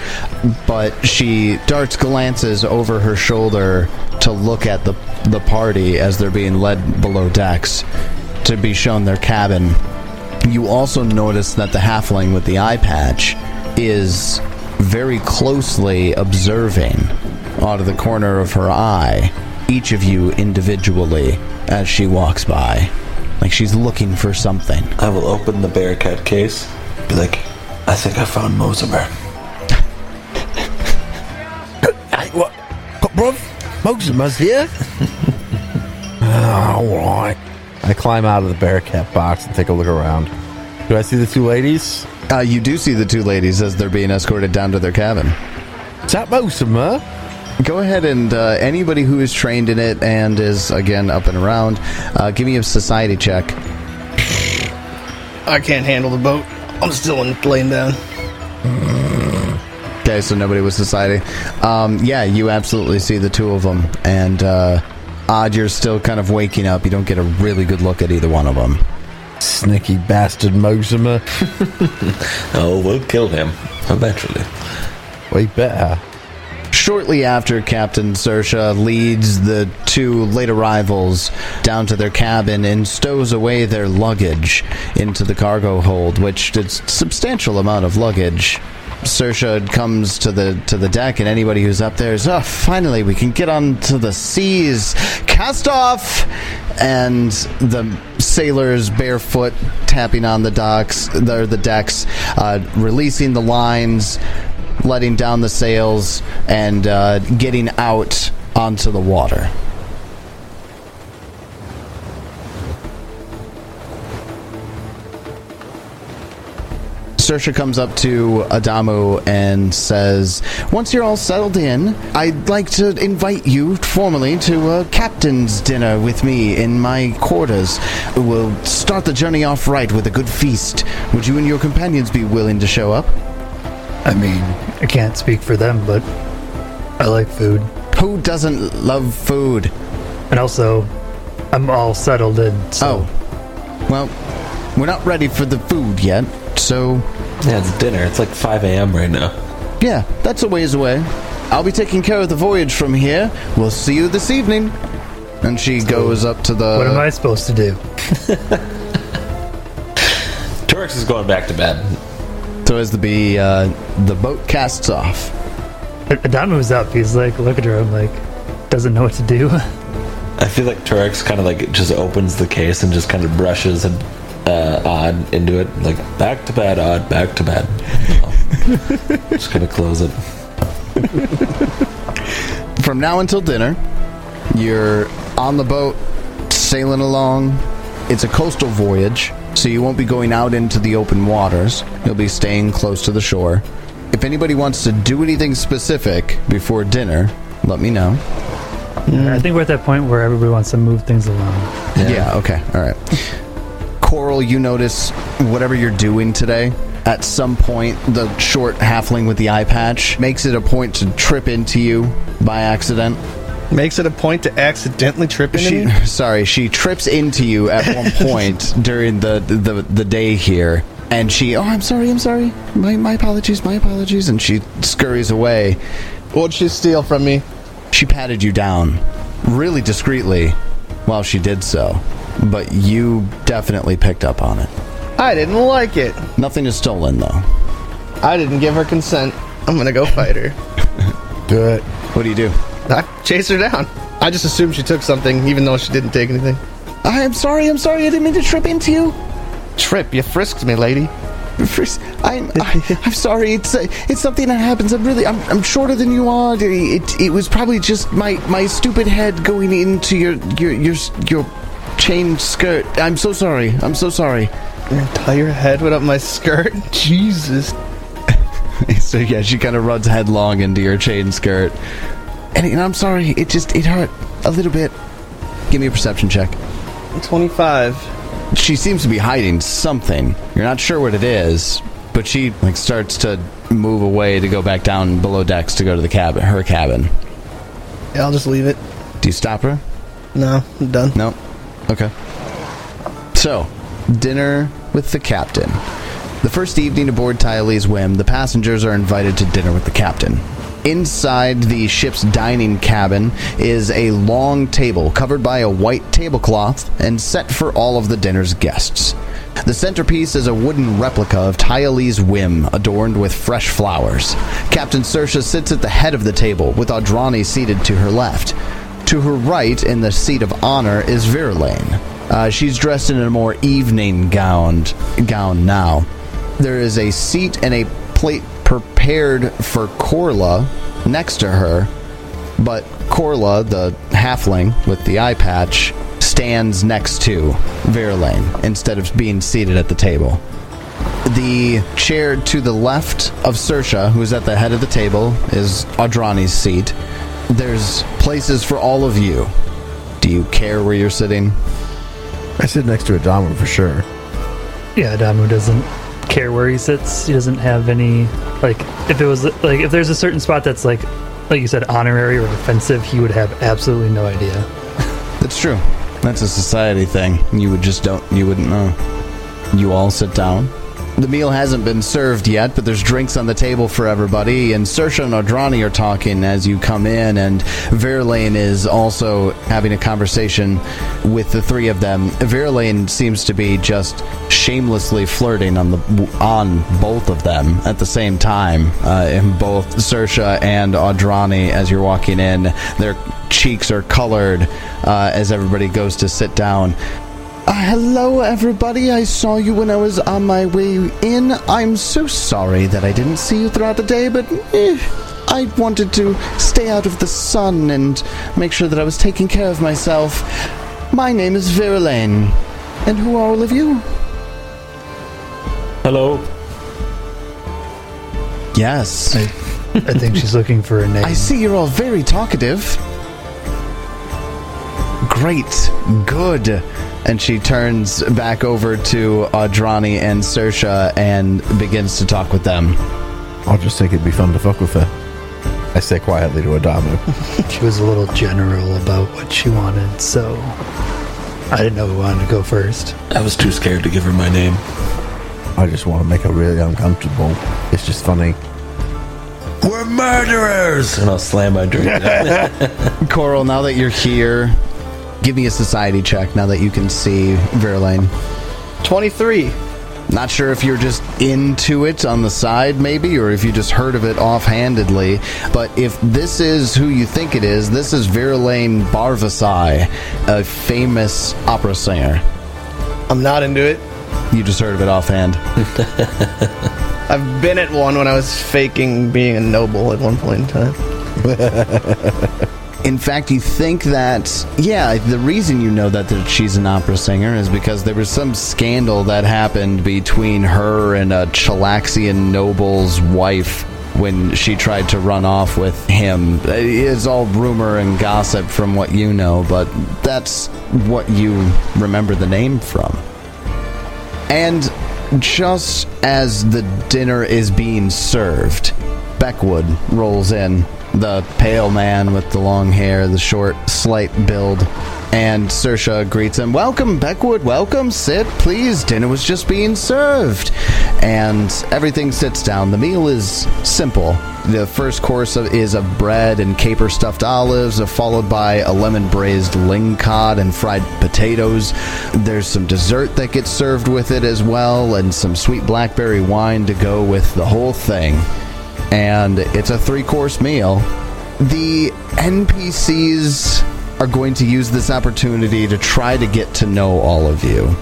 but she darts glances over her shoulder to look at the, the party as they're being led below decks to be shown their cabin. You also notice that the halfling with the eye patch is very closely observing out of the corner of her eye each of you individually as she walks by. Like she's looking for something.
I will open the Bearcat case. Be like, I think I found Mosimer.
Hey, what? Got bruv? Mosimus here? Alright. I climb out of the Bearcat box and take a look around. Do I see the two ladies?
Uh, you do see the two ladies as they're being escorted down to their cabin.
Is that Mosimus?
Go ahead and uh, anybody who is trained in it and is again up and around, uh, give me a society check.
I can't handle the boat. I'm still in laying down.
Okay, so nobody was society. Um, yeah, you absolutely see the two of them, and uh, odd you're still kind of waking up. You don't get a really good look at either one of them.
Sneaky bastard Mosimus.
Oh, we'll kill him eventually.
Way better.
Shortly after, Captain Sersha leads the two late arrivals down to their cabin and stows away their luggage into the cargo hold, which is substantial amount of luggage. Sersha comes to the to the deck, and anybody who's up there is, oh, finally, we can get onto the seas. Cast off, and the sailors barefoot tapping on the docks, the, the decks, uh, releasing the lines letting down the sails and uh, getting out onto the water. Sersha comes up to Adamu and says, Once you're all settled in, I'd like to invite you formally to a captain's dinner with me in my quarters. We'll start the journey off right with a good feast. Would you and your companions be willing to show up?
I mean, I can't speak for them, but I like food.
Who doesn't love food?
And also, I'm all settled in. So
Oh. Well, we're not ready for the food yet, so
Yeah, it's dinner. It's like 5 a.m. right now.
yeah, that's a ways away. I'll be taking care of the voyage from here. We'll see you this evening. And she goes up to the.
what am I supposed to do?
Turks is going back to bed.
So as the bee, uh, the boat casts off.
Adamu's up. He's like, look at her. I'm like, doesn't know what to do.
I feel like Turex kind of like just opens the case and just kind of brushes and uh, Odd into it, like back to bed, Odd, back to bed. just gonna close it.
From now until dinner, you're on the boat, sailing along. It's a coastal voyage, so you won't be going out into the open waters. You'll be staying close to the shore. If anybody wants to do anything specific before dinner, let me know. Mm.
I think we're at that point where everybody wants to move things along.
Yeah, okay, all right. Coral, you notice whatever you're doing today, at some point, the short halfling with the eye patch makes it a point to trip into you by accident.
Makes it a point to accidentally trip into
She,
me.
sorry, she trips into you at one point during the, the the day here, and she, oh, I'm sorry, I'm sorry, my my apologies, my apologies, and she scurries away.
What'd she steal from me?
She patted you down, really discreetly, while she did so, but you definitely picked up on it.
I didn't like it.
Nothing is stolen though.
I didn't give her consent. I'm gonna go fight her.
Do it.
What do you do?
I chase her down. I just assumed she took something, even though she didn't take anything.
I am sorry, I'm sorry, I didn't mean to trip into you.
Trip, you frisked me, lady.
First, I'm I, I'm sorry. It's uh, it's something that happens. I'm really I'm, I'm shorter than you are. It it was probably just my my stupid head going into your your your your chain skirt. I'm so sorry. I'm so sorry.
Your entire head went up my skirt. Jesus.
so yeah, she kind of runs headlong into your chain skirt. And, and I'm sorry, it just it hurt a little bit. Give me a perception check.
25.
She seems to be hiding something. You're not sure what it is, but she like starts to move away to go back down below decks to go to the cabin, her cabin.
Yeah, I'll just leave it.
Do you stop her?
No, I'm done.
No. Okay. So, dinner with the captain. The first evening aboard Tylee's whim, the passengers are invited to dinner with the captain. Inside the ship's dining cabin is a long table covered by a white tablecloth and set for all of the dinner's guests. The centerpiece is a wooden replica of Tyalee's whim, adorned with fresh flowers. Captain Sersha sits at the head of the table, with Audrani seated to her left. To her right, in the seat of honor, is Virlane. Uh, she's dressed in a more evening gown, gown now. There is a seat and a plate prepared for Corla next to her, but Corla, the halfling with the eye patch, stands next to Verlaine instead of being seated at the table. The chair to the left of Sersha, who is at the head of the table, is Audrani's seat. There's places for all of you. Do you care where you're sitting?
I sit next to a Adama for sure.
Yeah, Damu doesn't care where he sits. He doesn't have any like if it was like if there's a certain spot that's like like you said honorary or offensive, he would have absolutely no idea.
That's true. That's a society thing. You would just don't. You wouldn't know. You all sit down. The meal hasn't been served yet, but there's drinks on the table for everybody, and Sersha and Audrani are talking as you come in, and Verlaine is also having a conversation with the three of them. Verlaine seems to be just shamelessly flirting on the on both of them at the same time. Uh, in both Sersha and Audrani, as you're walking in, their cheeks are colored uh, as everybody goes to sit down. Uh, hello, everybody. I saw you when I was on my way in. I'm so sorry that I didn't see you throughout the day, but eh, I wanted to stay out of the sun and make sure that I was taking care of myself. My name is Virulane. And who are all of you?
Hello.
Yes.
I, I think she's looking for a name.
I see you're all very talkative. Great. Good. And she turns back over to Audrani and Sersha and begins to talk with them.
I'll just think it'd be fun to fuck with her. I say quietly to Adamu.
She was a little general about what she wanted, so I didn't know who wanted to go first.
I was too scared to give her my name.
I just want to make her really uncomfortable. It's just funny.
We're murderers! And I'll slam my drink. down.
Coral, now that you're here, give me a society check now that you can see Verlaine.
23.
Not sure if you're just into it on the side, maybe, or if you just heard of it offhandedly. But if this is who you think it is, this is Verlaine Barvasai, a famous opera singer.
I'm not into it.
You just heard of it offhand.
I've been at one when I was faking being a noble at one point in time.
In fact, you think that, yeah, the reason you know that, that she's an opera singer is because there was some scandal that happened between her and a Chalaxian noble's wife when she tried to run off with him. It's all rumor and gossip from what you know, but that's what you remember the name from. And just as the dinner is being served, Beckwood rolls in, the pale man with the long hair, the short, slight build, and Sersha greets him. Welcome, Beckwood, welcome, sit, please. Dinner was just being served. And everything sits down. The meal is simple. The first course of, is of bread and caper stuffed olives, uh, followed by a lemon braised ling cod and fried potatoes. There's some dessert that gets served with it as well, and some sweet blackberry wine to go with the whole thing and it's a three course meal. The NPCs are going to use this opportunity to try to get to know all of you.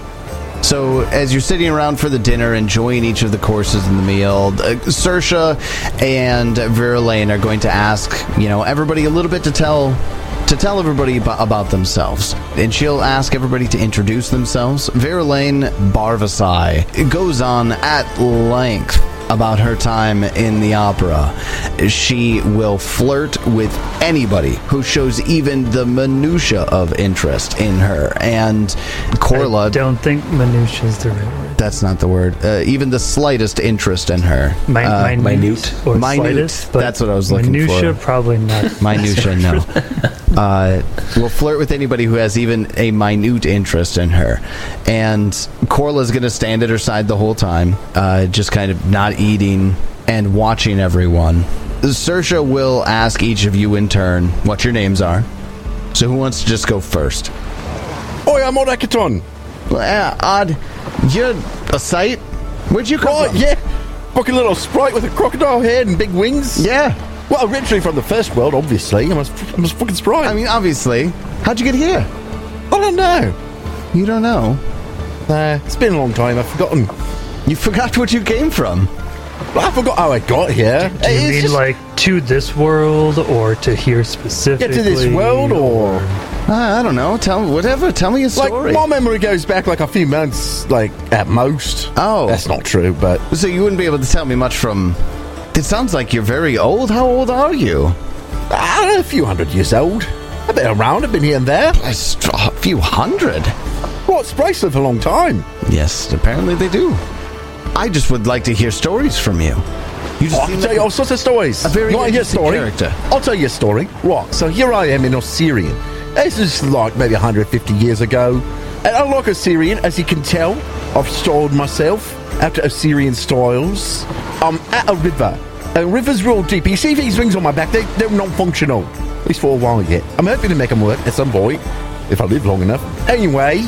So, as you're sitting around for the dinner, enjoying each of the courses in the meal, uh, Sersha and Verlaine are going to ask, you know, everybody a little bit to tell to tell everybody ab- about themselves. And she'll ask everybody to introduce themselves. Verlaine Barvasai goes on at length about her time in the opera. She will flirt with anybody who shows even the minutia of interest in her. And
I
Corla,
don't think minutia is the right word.
that's not the word. Uh, even the slightest interest in her.
Mi-
Uh,
minute
minute.
or
Minute,
slightest, but
that's what I was looking for.
minutia, probably not.
minutia no uh, will flirt with anybody who has even a minute interest in her and corla's gonna stand at her side the whole time uh, just kind of not eating and watching everyone sersha will ask each of you in turn what your names are so who wants to just go first
Oi, I'm Odekiton.
Well, yeah, odd you're a sight where'd you come
Oh,
from
yeah. Fucking little sprite with a crocodile head and big wings.
yeah
Well, originally from the first world, obviously. I'm a, I'm a fucking sprite.
i mean obviously how'd you get here
I don't know.
you don't know
Uh, it's been a long time. I've forgotten.
you forgot what you came from
I forgot how I got here.
Do you
It's
mean
just-
like to this world or to here
get
specifically?
to this world or
Ah, I I don't know. Tell whatever. Tell me a
like
story.
my memory goes back like a few months like at most
Oh.
that's not true but
so you wouldn't be able to tell me much from. It sounds like you're very old. How old are you?
i don't know Ah, a few hundred years old i've been around i've been here and there
A, st- a few hundred.
what sprays live a long time
Yes, apparently they do. I just would like to hear stories from you. You just
Oh, I
seem
can tell you all
like
sorts of stories.
a very
you want to hear a
interesting
story?
character.
I'll tell you a story. Right, so here I am in Osirian. This is like maybe 150 years ago. And unlike Osirian, as you can tell, I've styled myself after Osirian styles. I'm at a river. A river's real deep. You see these rings on my back, they, they're non-functional. At least for a while yet. I'm hoping to make them work at some point, if I live long enough. Anyway,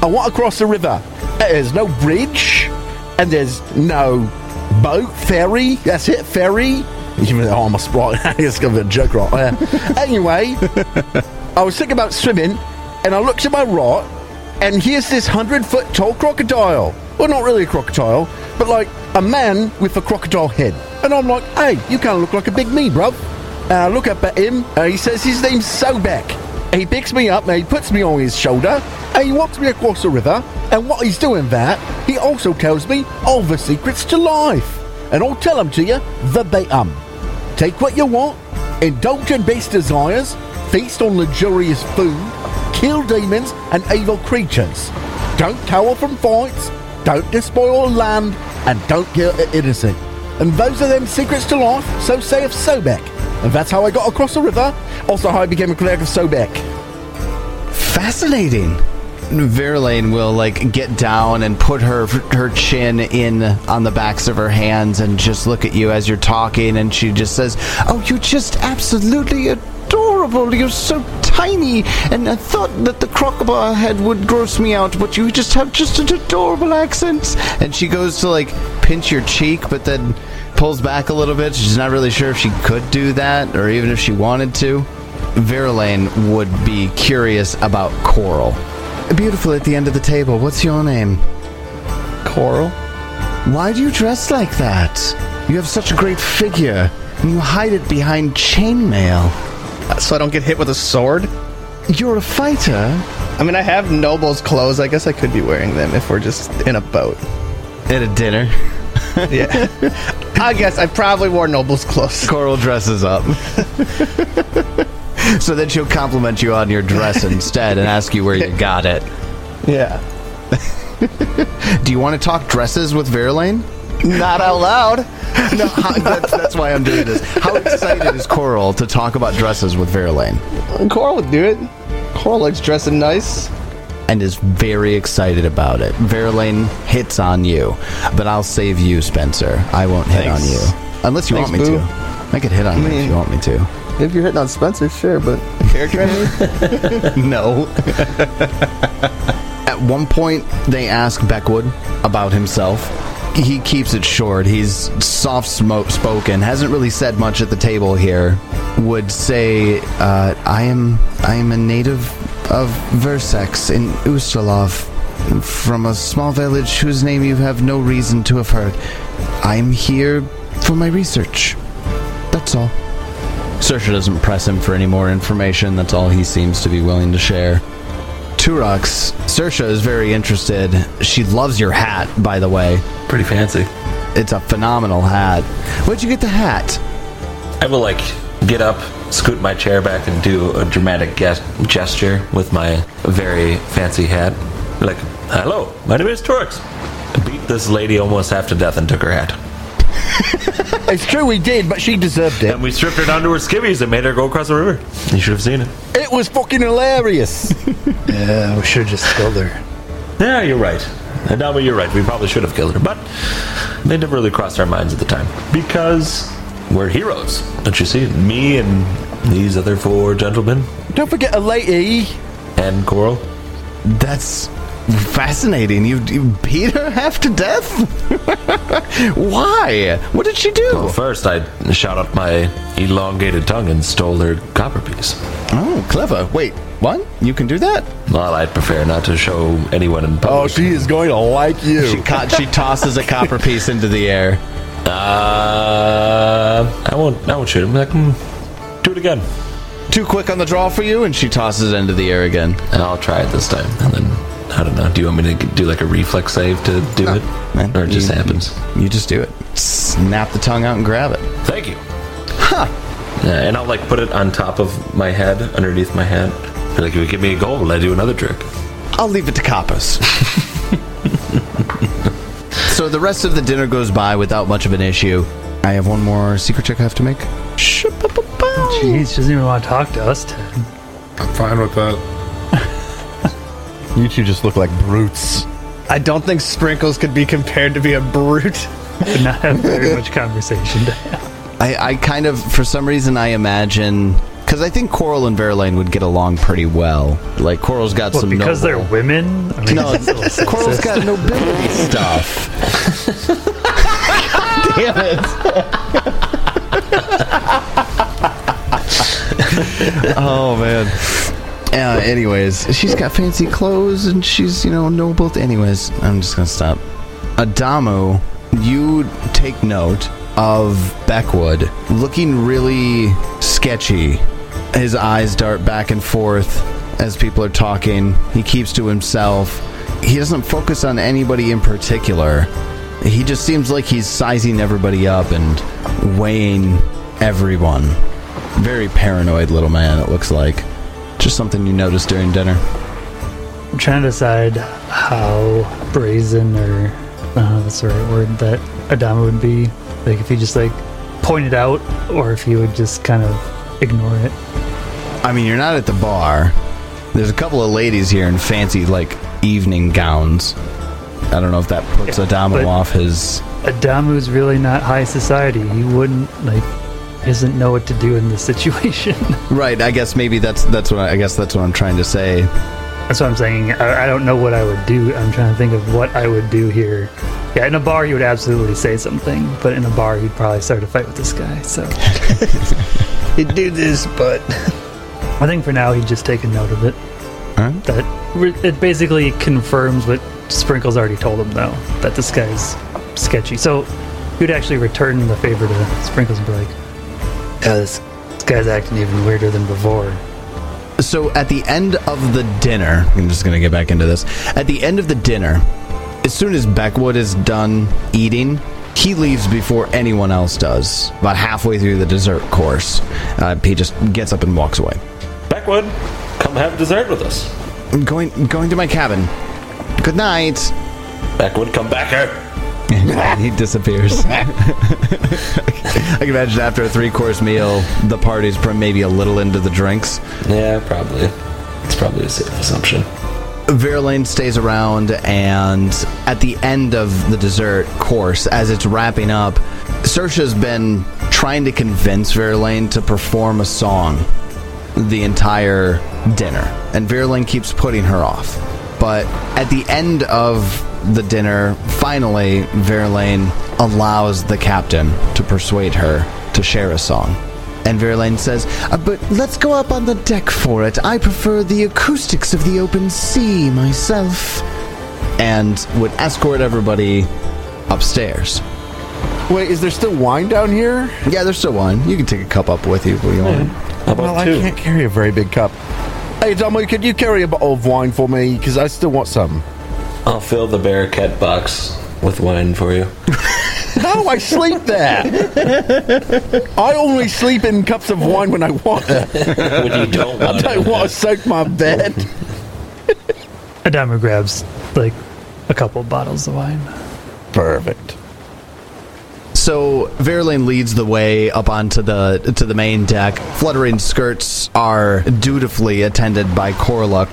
I want to cross the river. There's no bridge, and there's no boat, ferry. That's it, ferry. You mean, oh, I'm a sprite. it's going to be a joke right there. anyway, I was thinking about swimming, and I looked to my right, and here's this 100 foot tall crocodile. Well, not really a crocodile, but like a man with a crocodile head. And I'm like, hey, you kind of look like a big me, bruv. And I look up at him, and he says his name's Sobek. He picks me up, and he puts me on his shoulder, and he walks me across the river. And while he's doing that, he also tells me all the secrets to life. And I'll tell them to you verbatim. Take what you want, indulge in base desires, feast on luxurious food, kill demons and evil creatures. Don't cower from fights, don't despoil land, and don't kill the innocent. And those are them secrets to life, so saith Sobek. And that's how I got across the river. Also, how I became a cleric of Sobek.
fascinating. Verlaine will like get down and put her her chin in on the backs of her hands and just look at you as you're talking, and she just says, "Oh, you're just absolutely adorable. You're so tiny, and I thought that the crocodile head would gross me out, but you just have just an adorable accent." And she goes to like pinch your cheek, but then pulls back a little bit. She's not really sure if she could do that or even if she wanted to. Verlaine would be curious about Coral. Beautiful at the end of the table. What's your name?
Coral.
Why do you dress like that? You have such a great figure, and you hide it behind chainmail.
Uh, So I don't get hit with a sword.
You're a fighter.
I mean, I have noble's clothes. I guess I could be wearing them if we're just in a boat.
At a dinner,
Yeah. I guess I probably wore noble's clothes.
Coral dresses up. so then she'll compliment you on your dress instead and ask you where you got it.
Yeah.
Do you want to talk dresses with Verlaine?
Not out loud.
No, how- that's, that's why I'm doing this. How excited is Coral to talk about dresses with Verlaine?
Coral would do it. Coral likes dressing nice.
and is very excited about it. Verlaine hits on you, but I'll save you, Spencer. I won't hit
Thanks.
on you. Unless you
Thanks,
want me
boo.
to. I could hit on me if
mean-
you want me to.
If you're hitting on Spencer, sure, but character enemy?
No. At one point, they ask Beckwood about himself. He keeps it short. He's soft smo- spoken, hasn't really said much at the table here. Would say, uh, I am I am a native of Versex in Ustalov, from a small village whose name you have no reason to have heard. I'm here for my research. That's all. Sersha doesn't press him for any more information. That's all he seems to be willing to share. Turox, Sersha is very interested. She loves your hat, by the way.
Pretty fancy.
It's a phenomenal hat. Where'd you get the hat?
I will like get up, scoot my chair back, and do a dramatic ges- gesture with my very fancy hat. Like, hello, my name is Torx. I beat this lady almost half to death and took her hat.
It's true we did, but she deserved it.
And we stripped her down to her skivvies and made her go across the river. You should have seen it.
It was fucking hilarious.
Yeah, Oh, we should have just killed her.
Yeah, you're right. And now, but you're right. We probably should have killed her, but they never really crossed our minds at the time because we're heroes. Don't you see? Me and these other four gentlemen
Don't forget a lady.
and Coral.
That's fascinating. You, you beat her half to death? Why? What did she do?
Well, first I shot out my elongated tongue and stole her copper piece.
Oh, clever. Wait, what? You can do that?
Well, I'd prefer not to show anyone in public.
Oh, she is going to like
She
you.
ca- she tosses a copper piece into the air.
Uh, I won't. I won't shoot him. Like, hmm, do it again.
Too quick on the draw for you, and she tosses it into the air again.
And I'll try it this time. And then I don't know. Do you want me to do like a reflex save to do it,
Oh, man,
or it just
you-
happens?
You just do it. Snap the tongue out and grab it.
Thank you. Huh. Yeah, and I'll like put it on top of my head, underneath my hat. Be like, if you give me a goal, I do another trick.
I'll leave it to coppers. so the rest of the dinner goes by without much of an issue. I have one more secret check I have to make. Shoo-ba-ba-bow.
Jeez, she doesn't even want to talk to us. Ted.
I'm fine with that.
You two just look like brutes.
I don't think Sprinkles could be compared to be a brute.
Could not have very much conversation. to have.
I, I kind of, for some reason, I imagine. Because I think Coral and Verlaine would get along pretty well. Like, Coral's got
Well,
some.
because
noble-
they're women. I mean,
No,
it's a little
Coral's
sexist.
got nobility stuff. Damn it. oh, man. Uh, anyways, she's got fancy clothes and she's, you know, noble. Anyways, I'm just going to stop. Adamo, you take note of Beckwood looking really sketchy. His eyes dart back and forth as people are talking. He keeps to himself. He doesn't focus on anybody in particular. He just seems like he's sizing everybody up and weighing everyone. Very paranoid little man, it looks like. Just something you noticed during dinner.
I'm trying to decide how brazen or uh, that's the right word that Adama would be. Like if he just like pointed out, or if he would just kind of ignore it.
I mean, you're not at the bar. There's a couple of ladies here in fancy, like, evening gowns. I don't know if that puts Adamo
but-
off his.
Adamu's really not high society. He wouldn't like doesn't know what to do in this situation.
Right, I guess maybe that's that's what I, I guess that's what I'm trying to say.
That's what I'm saying. I, I don't know what I would do. I'm trying to think of what I would do here. Yeah, in a bar, he would absolutely say something, but in a bar, he'd probably start a fight with this guy. So
You do this, but
I think for now, he'd just take a note of it.
Alright.
That re- it basically confirms what Sprinkles already told him, though, that this guy's sketchy. So he'd actually return the favor to Sprinkles and be like, "Yeah, this, this guy's acting even weirder than before."
So at the end of the dinner, I'm just gonna get back into this. At the end of the dinner, as soon as Beckwood is done eating, he leaves before anyone else does. About halfway through the dessert course, uh, he just gets up and walks away.
Backwood, come have dessert with us.
I'm going, going to my cabin. Good night.
Backwood, come back here.
and he disappears. I can imagine after a three-course meal, the party's from maybe a little into the drinks.
Yeah, probably. It's probably a safe assumption.
Verlaine stays around, and at the end of the dessert course, as it's wrapping up, Sersha's been trying to convince Verlaine to perform a song the entire dinner, and Verlaine keeps putting her off. But at the end of the dinner, finally, Verlaine allows the captain to persuade her to share a song. And Verlaine says, uh, But let's go up on the deck for it. I prefer the acoustics of the open sea myself. And would escort everybody upstairs.
Wait, is there still wine down here?
Yeah, there's still one. You can take a cup up with you if you want.
How about
well, I
two?
can't carry a very big cup. Hey, Domo, could you carry a bottle of wine for me? Because I still want some.
I'll fill the bearcat box with wine for you.
How do I sleep there? I only sleep in cups of wine when I want to.
when you don't
I
want
don't
it.
want to soak my bed.
Adama grabs like a couple bottles of wine.
Perfect.
So Verlin leads the way up onto the to the main deck. Fluttering skirts are dutifully attended by Corluck.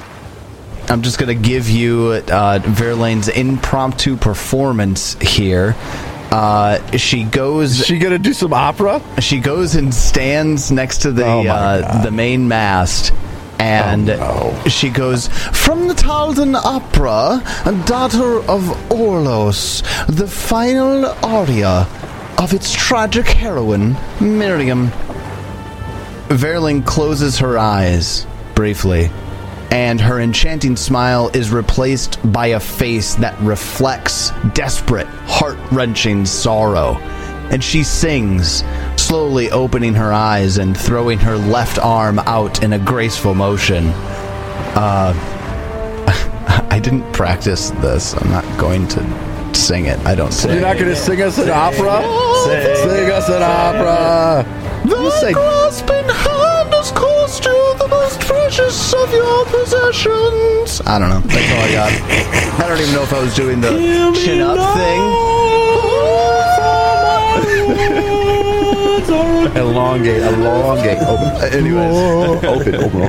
I'm just gonna give you uh, Verlane's impromptu performance here. Uh, she goes
Is she gonna do some opera?
she goes and stands next to the
Oh my
uh,
God.
the main mast and
Oh, no.
she goes from the Talden opera daughter of Orlos the final aria of its tragic heroine Miriam Verling closes her eyes briefly and her enchanting smile is replaced by a face that reflects desperate, heart wrenching sorrow. And she sings, slowly opening her eyes and throwing her left arm out in a graceful motion. Uh, I didn't practice this. I'm not going to sing it. I don't
You're
sing.
not gonna sing us an opera? Sing, us an opera.
Thy grasping hand has cost you the most precious of your possessions. I don't know. That's all I got. I don't even know if I was doing the chin up
Elongate, elongate. Open.
thing. Anyways.
Open, open.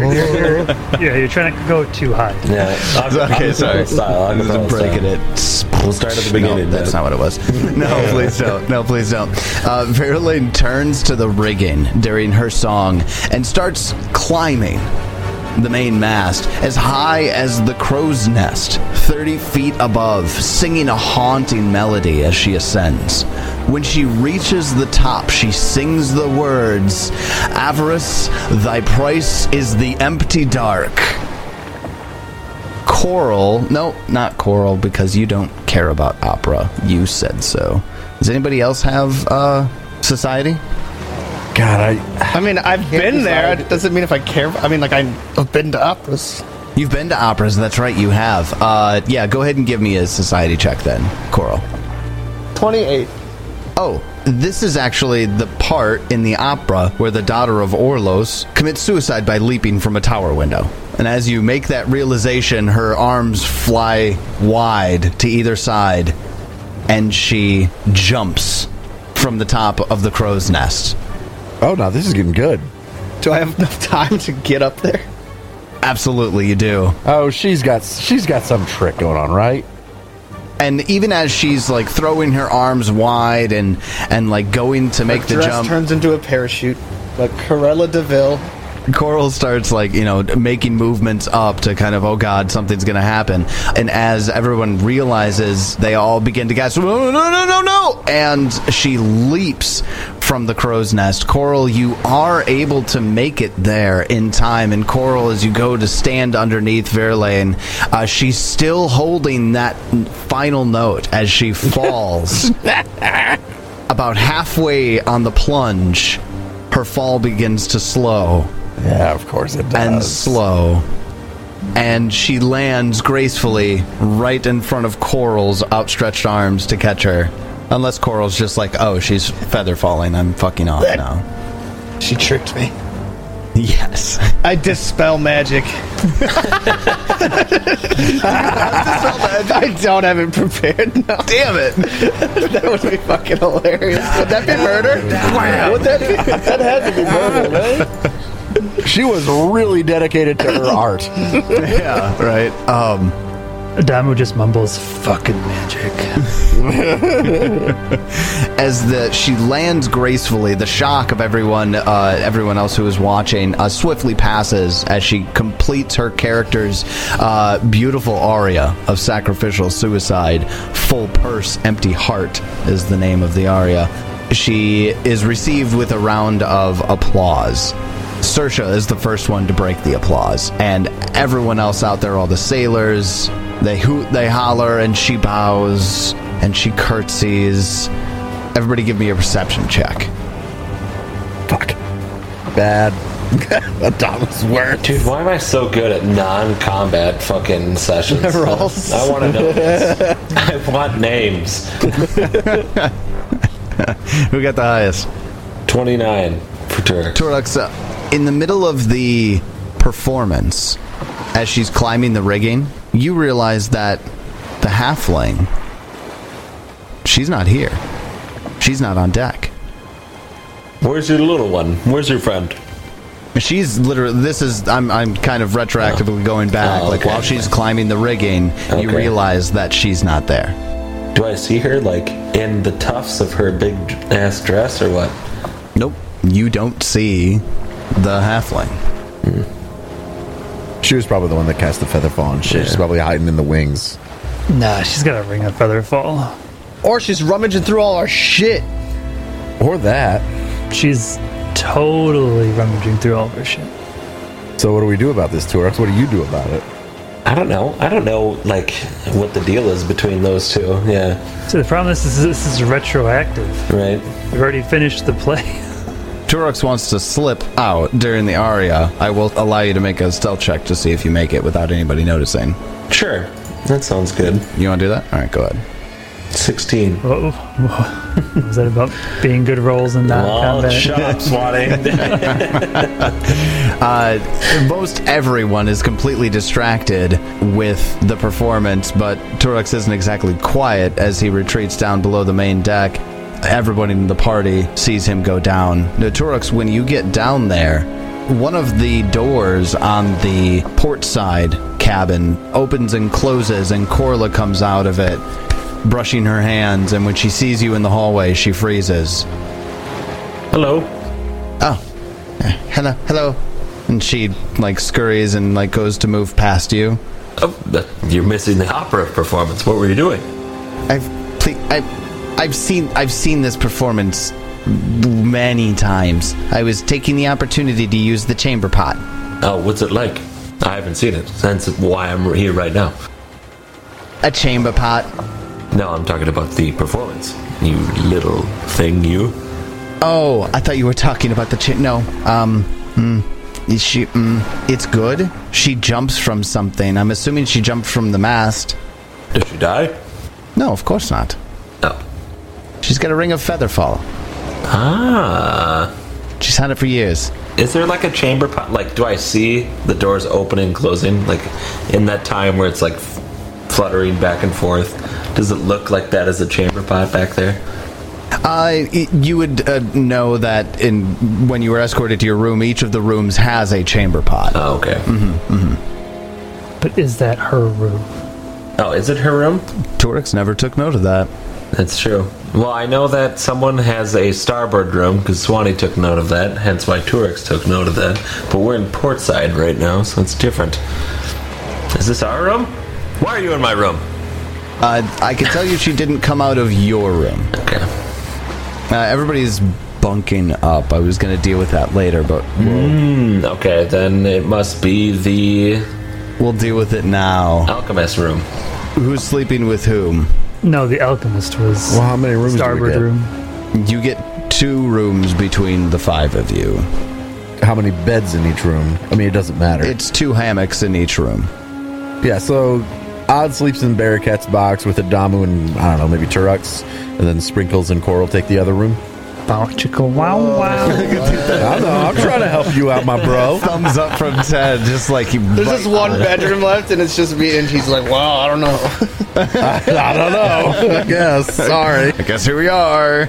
Yeah, you're trying to go too high.
Yeah.
Okay, sorry.
Style,
I'm just breaking it.
We'll start at the beginning,
No, that's
then.
not what it was. No, please don't. No, please don't. Uh, Verlaine turns to the rigging during her song and starts climbing the main mast as high as the crow's nest, 30 feet above, singing a haunting melody as she ascends. When she reaches the top, she sings the words Avarice, thy price is the empty dark. Coral. No, not Coral, because you don't care about opera. You said so. Does anybody else have uh, society?
God, I.
I mean, I've been there. It doesn't mean if I care. I mean, like I've been to operas.
You've been to operas. That's right, you have. Uh, yeah, go ahead and give me a society check then, Coral.
Twenty-eight.
Oh, this is actually the part in the opera where the daughter of Orlos commits suicide by leaping from a tower window. And as you make that realization, her arms fly wide to either side, and she jumps from the top of the crow's nest.
Oh no, this is getting good.
Do I have enough time to get up there?
Absolutely, you do.
Oh, she's got she's got some trick going on, right?
And even as she's like throwing her arms wide and and like going to make the
Dress
jump,
turns into a parachute, like Corella Deville.
Coral starts like you know making movements up to kind of oh god something's gonna happen, and as everyone realizes, they all begin to gasp no no no no no no, and she leaps from the crow's nest. Coral, you are able to make it there in time, and Coral, as you go to stand underneath Verlaine, uh, she's still holding that final note as she falls. About halfway on the plunge, her fall begins to slow
Yeah, of course it does.
and slow. And she lands gracefully right in front of Coral's outstretched arms to catch her. Unless Coral's just like, oh, she's feather falling. I'm fucking off now.
She tricked me.
Yes.
I dispel magic. I don't have it prepared. No. Damn it! that would be fucking hilarious. Would that be murder? Would that be? That had to be murder, right?
She was really dedicated to her art. Uh,
yeah, right. Um,
Adamu just mumbles, "Fucking magic."
as the she lands gracefully, the shock of everyone, uh, everyone else who is watching, uh, swiftly passes as she completes her character's uh, beautiful aria of sacrificial suicide. Full purse, empty heart is the name of the aria. She is received with a round of applause. Sersha is the first one to break the applause, and everyone else out there, all the sailors, they hoot, they holler, and she bows and she curtsies. Everybody, give me a perception check.
Fuck. Bad. Adama's worth.
Dude, why am I so good at non-combat fucking sessions? I want to know. This. I want names.
Who got the highest?
29 for Turk.
Torlux, uh, in the middle of the performance, as she's climbing the rigging, you realize that the halfling, she's not here. She's not on deck.
Where's your little one? Where's your friend?
She's literally. This is. I'm. I'm kind of retroactively going back.
Oh,
Like
okay.
while she's climbing the rigging,
Okay.
you realize that she's not there.
Do I see her like in the tufts of her big ass dress or what?
Nope. You don't see the halfling.
Hmm. She was probably the one that cast the feather fall, and she's
Yeah.
probably hiding in the wings.
Nah, Uh, she's got a ring of feather fall.
Or she's rummaging through all our shit.
Or that.
She's totally rummaging through all of her shit.
So what do we do about this, Turex? What do you do about it?
I don't know. I don't know like what the deal is between those two. Yeah,
So the problem is, is this is retroactive.
right.
We've already finished the play.
Turok wants to slip out during the aria. I will allow you to make a stealth check to see if you make it without anybody noticing.
Sure. That sounds good.
You want to do that? All right, go ahead.
16.
Whoa. Whoa. Was that about being good rolls and not
Oh,
combat?
shut up, swatting.
Uh, most everyone is completely distracted with the performance, but Turok isn't exactly quiet as he retreats down below the main deck. Everybody in the party sees him go down. Now, Turok, when you get down there, one of the doors on the port side cabin opens and closes, and Corla comes out of it, brushing her hands. And when she sees you in the hallway, she freezes.
Hello.
Oh, Eh, hello, hello. And she like scurries and like goes to move past you.
Oh, that- you're missing the opera performance. What were you doing?
I've ple- I, I've seen I've seen this performance many times. I was taking the opportunity to use the chamber pot.
Oh, what's it like? I haven't seen it. That's why I'm here right now.
A chamber pot.
No, I'm talking about the performance. You little thing, you.
Oh, I thought you were talking about the cha- no. Um, mm, is she? Mm, it's good. She jumps from something. I'm assuming she jumped from the mast.
Did you die?
No, of course not.
No.
She's got a ring of feather fall.
Ah.
She's had it for years.
Is there like a chamber pot? Like, do I see the doors opening and closing? Like, in that time where it's like f- fluttering back and forth, does it look like that is a chamber pot back there?
Uh, y- you would uh, know that in when you were escorted to your room, each of the rooms has a chamber pot.
Oh, okay.
But is that her room?
Oh, is it her room?
Torix never took note of that.
That's true. Well, I know that someone has a starboard room because Swanee took note of that, hence why Turex took note of that. But we're in portside right now, so it's different. Is this our room? Why are you in my room?
Uh, I can tell you, she didn't come out of your room.
Okay.
Uh, everybody's bunking up. I was going to deal with that later, but we'll,
Hmm, Okay, then it must be the
we'll deal with it now.
alchemist room.
Who's sleeping with whom?
No, the alchemist was.
Well, how many rooms do we
Starboard
get?
room.
You get two rooms between the five of you.
How many beds in each room? I mean, it doesn't matter.
It's two hammocks in each room.
yeah, so Odd sleeps in Barricat's box with Adamu and, I don't know, maybe Turux, and then Sprinkles and Coral take the other room.
Bow chicka wow wow.
I know, I'm trying to help you out, my bro.
Thumbs up from Ted, Oh. just like he.
There's this one
uh,
bedroom left, and it's just me, and she's like, "Wow, I don't know."
I don't know. I guess. Sorry.
I guess here we are.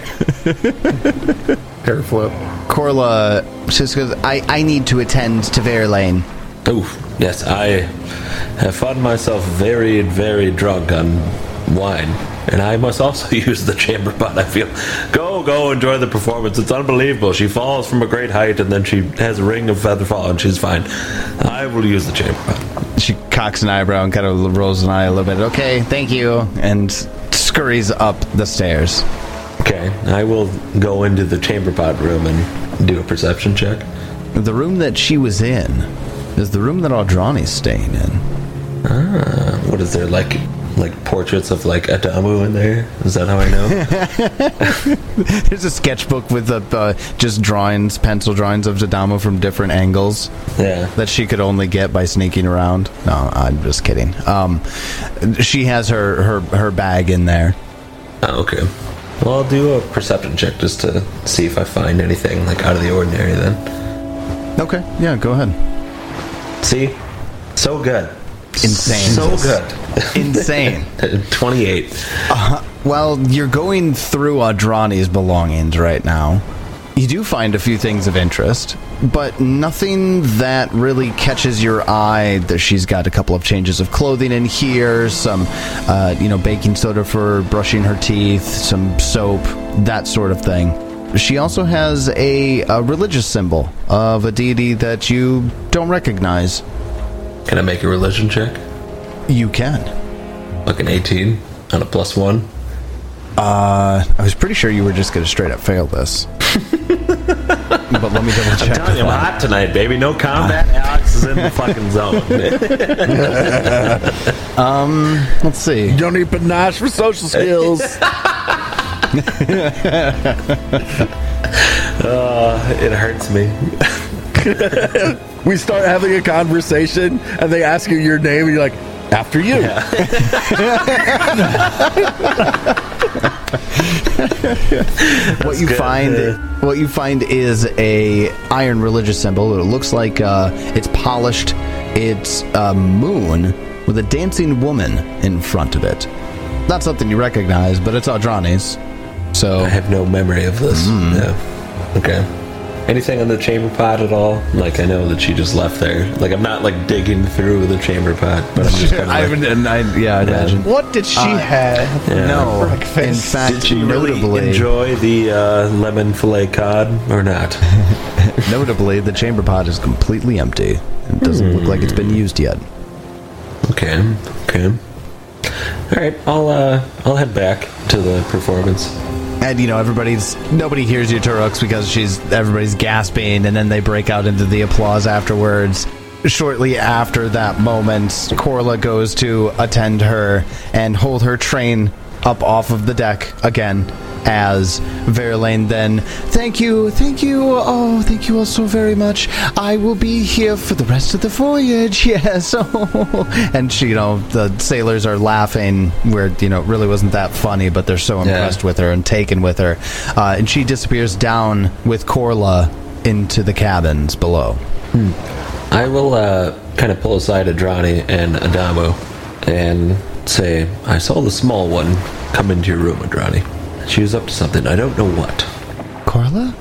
Hair flip.
Corla just goes, I, I need to attend to Verlaine.
Oof. Yes, I have found myself very, very drunk on wine. And I must also use the chamber pot, I feel. Go, go, enjoy the performance. It's unbelievable. She falls from a great height and then she has a ring of feather fall and she's fine. I will use the chamber pot.
She cocks an eyebrow and kind of rolls an eye a little bit. Okay, thank you. And scurries up the stairs.
Okay, I will go into the chamber pot room and do a perception check.
The room that she was in is the room that Audrani's staying in.
What is there, like like portraits of like Adamu in there? Is that how I know?
There's a sketchbook with the, uh, just drawings, pencil drawings of Dodamo from different angles.
yeah.
that she could only get by sneaking around. No, I'm just kidding. Um, she has her her her bag in there.
Oh, okay. Well, I'll do a perception check just to see if I find anything like out of the ordinary. Then
Okay, yeah, go ahead.
see, so good,
Insane.
so good.
Insane.
Twenty-eight.
Well, you're going through Adrani's belongings right now. You do find a few things of interest, but nothing that really catches your eye. That she's got a couple of changes of clothing in here, some, uh, you know, baking soda for brushing her teeth, some soap, that sort of thing. She also has a, a religious symbol of a deity that you don't recognize.
Can I make a religion check?
You can.
Like an eighteen on a plus one.
Uh, I was pretty sure you were just going to straight up fail this. but let me double check.
Telling you, I'm hot tonight, baby. No combat. Alex is in the fucking zone.
Let's see.
You don't need panache for social skills.
it hurts me.
we start having a conversation and they ask you your name and you're like, after you.
What you
good.
find,
Uh,
what you find is a iron religious symbol. It looks like uh, it's polished. It's a moon with a dancing woman in front of it. Not something you recognize, but it's Audrani's. So
I have no memory of this.
Mm.
No. Okay. Anything on the chamber pot at all? Like I know that she just left there. Like I'm not like digging through the chamber pot, but I'm just kind of like,
and I, yeah, I imagine.
What did she
Uh,
have?
No, in
Breakfast.
fact,
Did she really
notably,
enjoy the uh, lemon filet cod or not?
notably, the chamber pot is completely empty. It doesn't look like it's been
Hmm.
used yet.
Okay, okay. All right, I'll uh, I'll head back to the performance.
And you know, everybody's nobody hears you, Turok, because she's everybody's gasping, and then they break out into the applause afterwards. Shortly after that moment, Corla goes to attend her and hold her train up off of the deck again. As Verlaine then, thank you, thank you, oh, thank you all so very much. I will be here for the rest of the voyage, yes. and she, you know, the sailors are laughing, where, you know, it really wasn't that funny, but they're so impressed with her and taken with her. Uh, and she disappears down with Corla into the cabins below.
I will uh, kind of pull aside Adrani and Adamo and say, I saw the small one come into your room, Adrani. She was up to something. I don't know what.
Corla?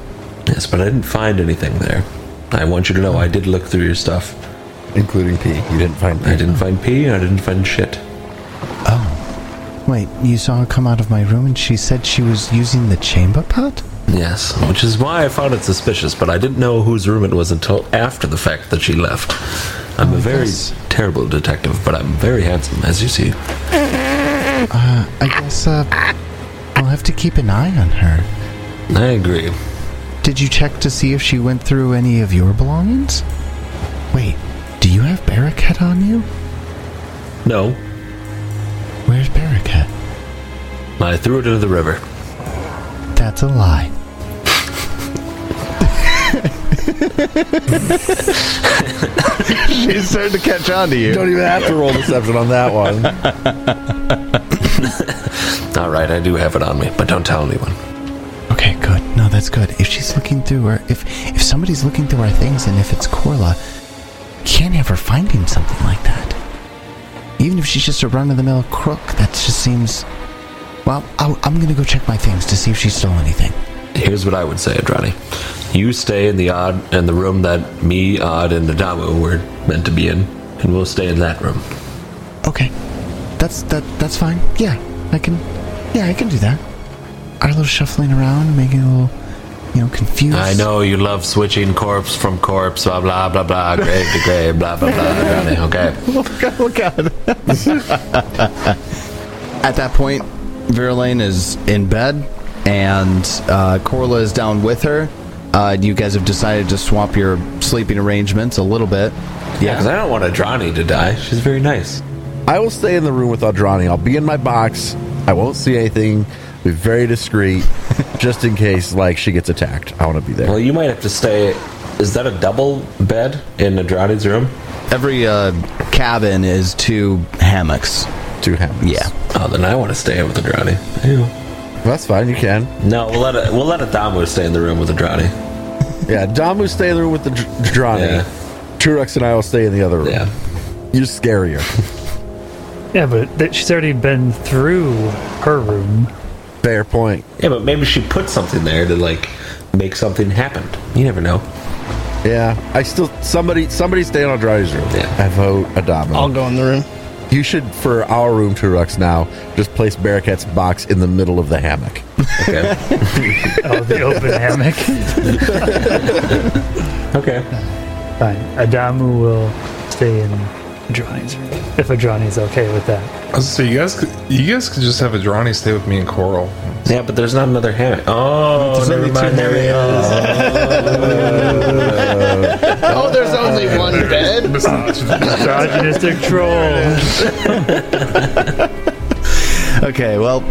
Yes, but I didn't find anything there. I want you to know I did look through your stuff.
Including P. You didn't find
I didn't find pee, and I didn't find shit.
Wait, you saw her come out of my room and she said she was using the chamber pot?
Yes, which is why I found it suspicious, but I didn't know whose room it was until after the fact that she left. I'm a very terrible detective, but I'm very handsome, as you see.
I guess, uh, we'll have to keep an eye on her.
I agree.
Did you check to see if she went through any of your belongings? Wait, do you have Barricade on you?
No,
Where's Barricade?
I threw it into the river.
That's a lie. She's starting to catch on to you.
Don't even have to roll deception on that one.
All right, I do have it on me, but don't tell anyone.
Okay, good. No, that's good. If she's looking through her, if if somebody's looking through our things, and if it's Corla, can't have her finding something like that. Even if she's just a run-of-the-mill crook, that just seems. Well, I, I'm gonna go check my things to see if she stole anything.
Here's what I would say, Adrani. You stay in the odd in the room that me, Odd, and Adamu were meant to be in, and we'll stay in that room.
Okay, that's that. That's fine. Yeah, I can. Yeah, I can do that. Our little shuffling around, making a little, you know, confused.
I know you love switching corpse from corpse, blah blah blah blah, grave to grave, blah blah blah, Adrani. Okay.
At that point, Verlaine is in bed, and uh, Corla is down with her. Uh, you guys have decided to swap your sleeping arrangements a little bit.
Yeah, because I don't want Adrani to die. She's very nice.
I will stay in the room with Audrani. I'll be in my box. I won't see anything. Be very discreet, just in case like she gets attacked. I want to be there.
Well, you might have to stay. Is that a double bed in Adrani's room?
Every uh, cabin is two hammocks.
Two hammocks.
Yeah.
Oh, then I want to stay with Adrani. Ew.
That's fine. You can.
No, we'll let it, we'll let Adamu stay in the room with Adrani.
Yeah, Damu stay in the room with the dr- Drani.
Yeah.
Turex and I will stay in the other room.
Yeah.
You're scarier.
Yeah, but that she's already been through her room.
Fair point.
Yeah, but maybe she put something there to like make something happen. You never know.
Yeah, I still somebody somebody stay on Drani's room.
Yeah.
I vote Adamu.
I'll go in the room.
You should, for our room, Turux, now, just place Barricat's box in the middle of the hammock.
Okay.
Oh, the open hammock.
okay.
Fine. Adamu will stay in Adrani's room. If Adrani's okay with that.
So you guys, could, you guys could just have Adrani stay with me and Coral.
Yeah, but there's not another hammock. Oh, never mind. There we go.
Oh, there's only one bed.
Misogynistic troll.
Okay, well,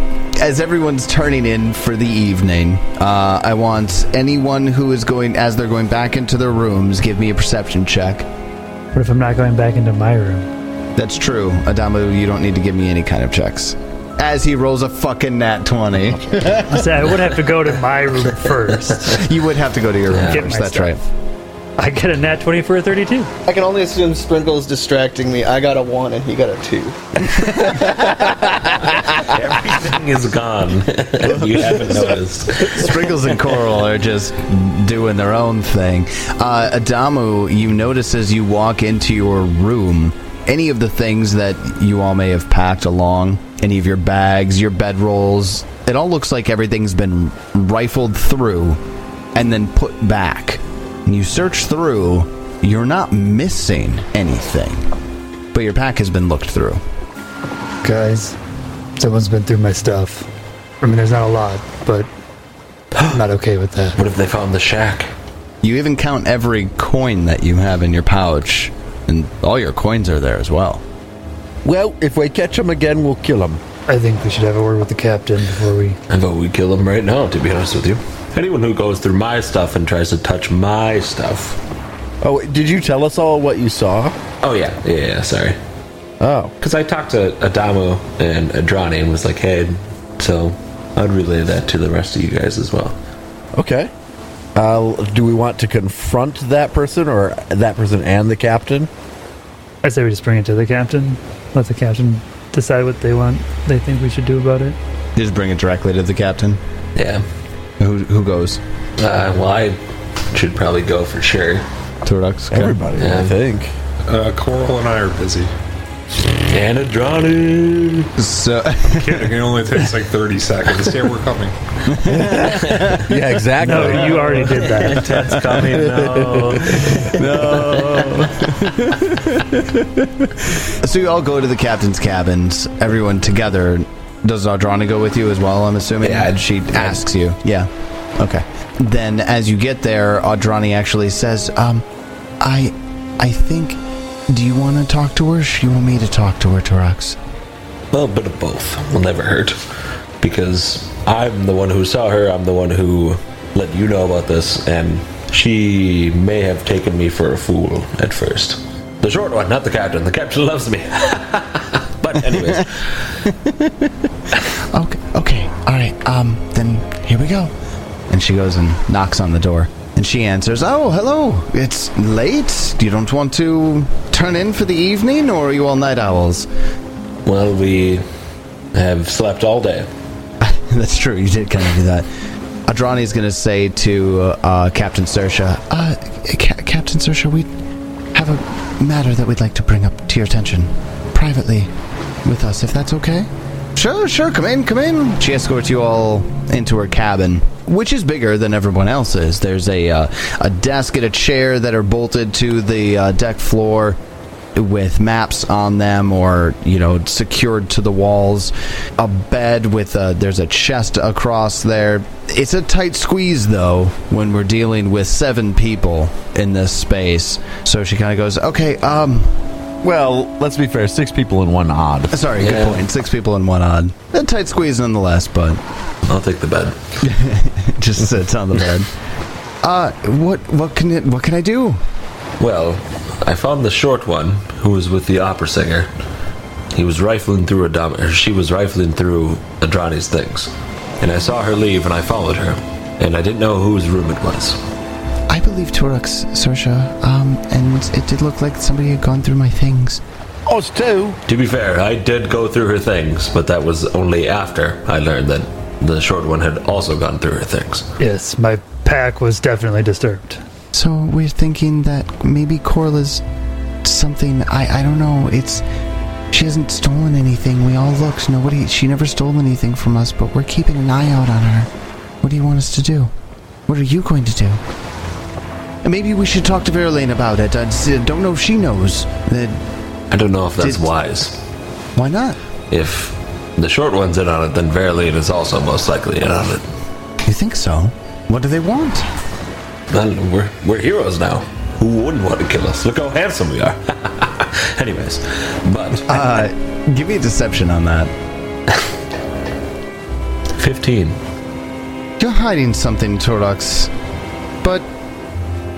as everyone's turning in for the evening, uh, I want anyone who is going, as they're going back into their rooms, give me a perception check.
What if I'm not going back into my room?
That's true. Adamu, you don't need to give me any kind of checks. As he rolls a fucking nat 20,
I said I would have to go to my room first.
you would have to go to your room
Get
first.
my
That's
stuff.
right.
I get a nat 20 for a 32.
I can only assume Sprinkle's distracting me. I got a one and he got a two.
Everything is gone. you haven't noticed.
Sprinkles and Coral are just doing their own thing. Uh, Adamu, you notice as you walk into your room, any of the things that you all may have packed along, any of your bags, your bedrolls, it all looks like everything's been rifled through and then put back. And you search through, you're not missing anything, but your pack has been looked through.
Guys, someone's been through my stuff. I mean, there's not a lot, but I'm not okay with that.
What if they found the shack?
You even count every coin that you have in your pouch, and all your coins are there as well.
Well, if we catch him again, we'll kill him.
I think we should have a word with the captain before we.
I vote we kill them right now. To be honest with you, anyone who goes through my stuff and tries to touch my stuff.
Oh, wait, did you tell us all what you saw?
Oh yeah, yeah, yeah sorry.
Oh,
Because I talked to Adamo and Adrani and was like, hey, so I'd relay that to the rest of you guys as well.
okay. Uh, do we want to confront that person or that person and the captain?
I say we just bring it to the captain. Let the captain decide what they want, they think we should do about it.
Just bring it directly to the captain.
Yeah.
Who, who goes?
Uh, well, I should probably go for sure.
Turdox.
Everybody, I
Yeah.
think.
Uh, Coral and I are busy.
And Adrani!
So,
Kidding, it only takes like 30 seconds. Here we're coming.
Yeah, exactly.
No, you already did that.
That's coming now.
so you all go to the captain's cabins. Everyone together. Does Audrana go with you as well? I'm assuming.
Yeah,
And she asks you. Yeah. Okay. Then, as you get there, Audrani actually says, "Um, I, I think. Do you want to talk to her? She want me to talk to her, Turax?
A little bit of both will never hurt. Because I'm the one who saw her, I'm the one who let you know about this, and she may have taken me for a fool at first. The short one, not the captain. The captain loves me. but, anyways.
Okay. Okay. All right. Um. Then here we go. And she goes and knocks on the door. And she answers, "Oh, hello. It's late. You don't want to turn in for the evening, or are you all night owls?"
Well, we have slept all day.
That's true. You did kind of do that. Adrani's going to say to uh, Captain Sersha, uh, Ca- "Captain Sersha, we have a matter that we'd like to bring up to your attention privately with us, if that's okay." Sure, sure. Come in, come in. She escorts you all into her cabin, which is bigger than everyone else's. There's a uh, a desk and a chair that are bolted to the uh, deck floor with maps on them or you know secured to the walls a bed with a there's a chest across there it's a tight squeeze though when we're dealing with seven people in this space so she kind of goes okay um
well, let's be fair. Six people in one odd.
sorry
Yeah.
good point six people in one odd a tight squeeze nonetheless but
I'll take the bed.
just sits on the bed uh what what can it what can i do
Well, I found the short one who was with the opera singer. He was rifling through Adam, or she was rifling through Adrani's things. and I saw her leave and I followed her, and I didn't know whose room it was.
I believe Turok's, Sersha, um, and it did look like somebody had gone through my things.
Oz two.
To be fair, I did go through her things, but that was only after I learned that the short one had also gone through her things.
Yes, my pack was definitely disturbed.
So we're thinking that maybe Corla's something. I, I don't know. It's she hasn't stolen anything. We all looked. Nobody. She never stole anything from us. But we're keeping an eye out on her. What do you want us to do? What are you going to do? And Maybe we should talk to Verlaine about it. I s- don't know if she knows. That
I don't know if that's
Did-
wise.
why not?
If the short one's in on it, then Verlaine is also most likely in on it.
You think so? What do they want?
Then we're, we're heroes now. Who wouldn't want to kill us? Look how handsome we are. Anyways, but
Uh, give me a deception on that.
15.
You're hiding something, Torox. But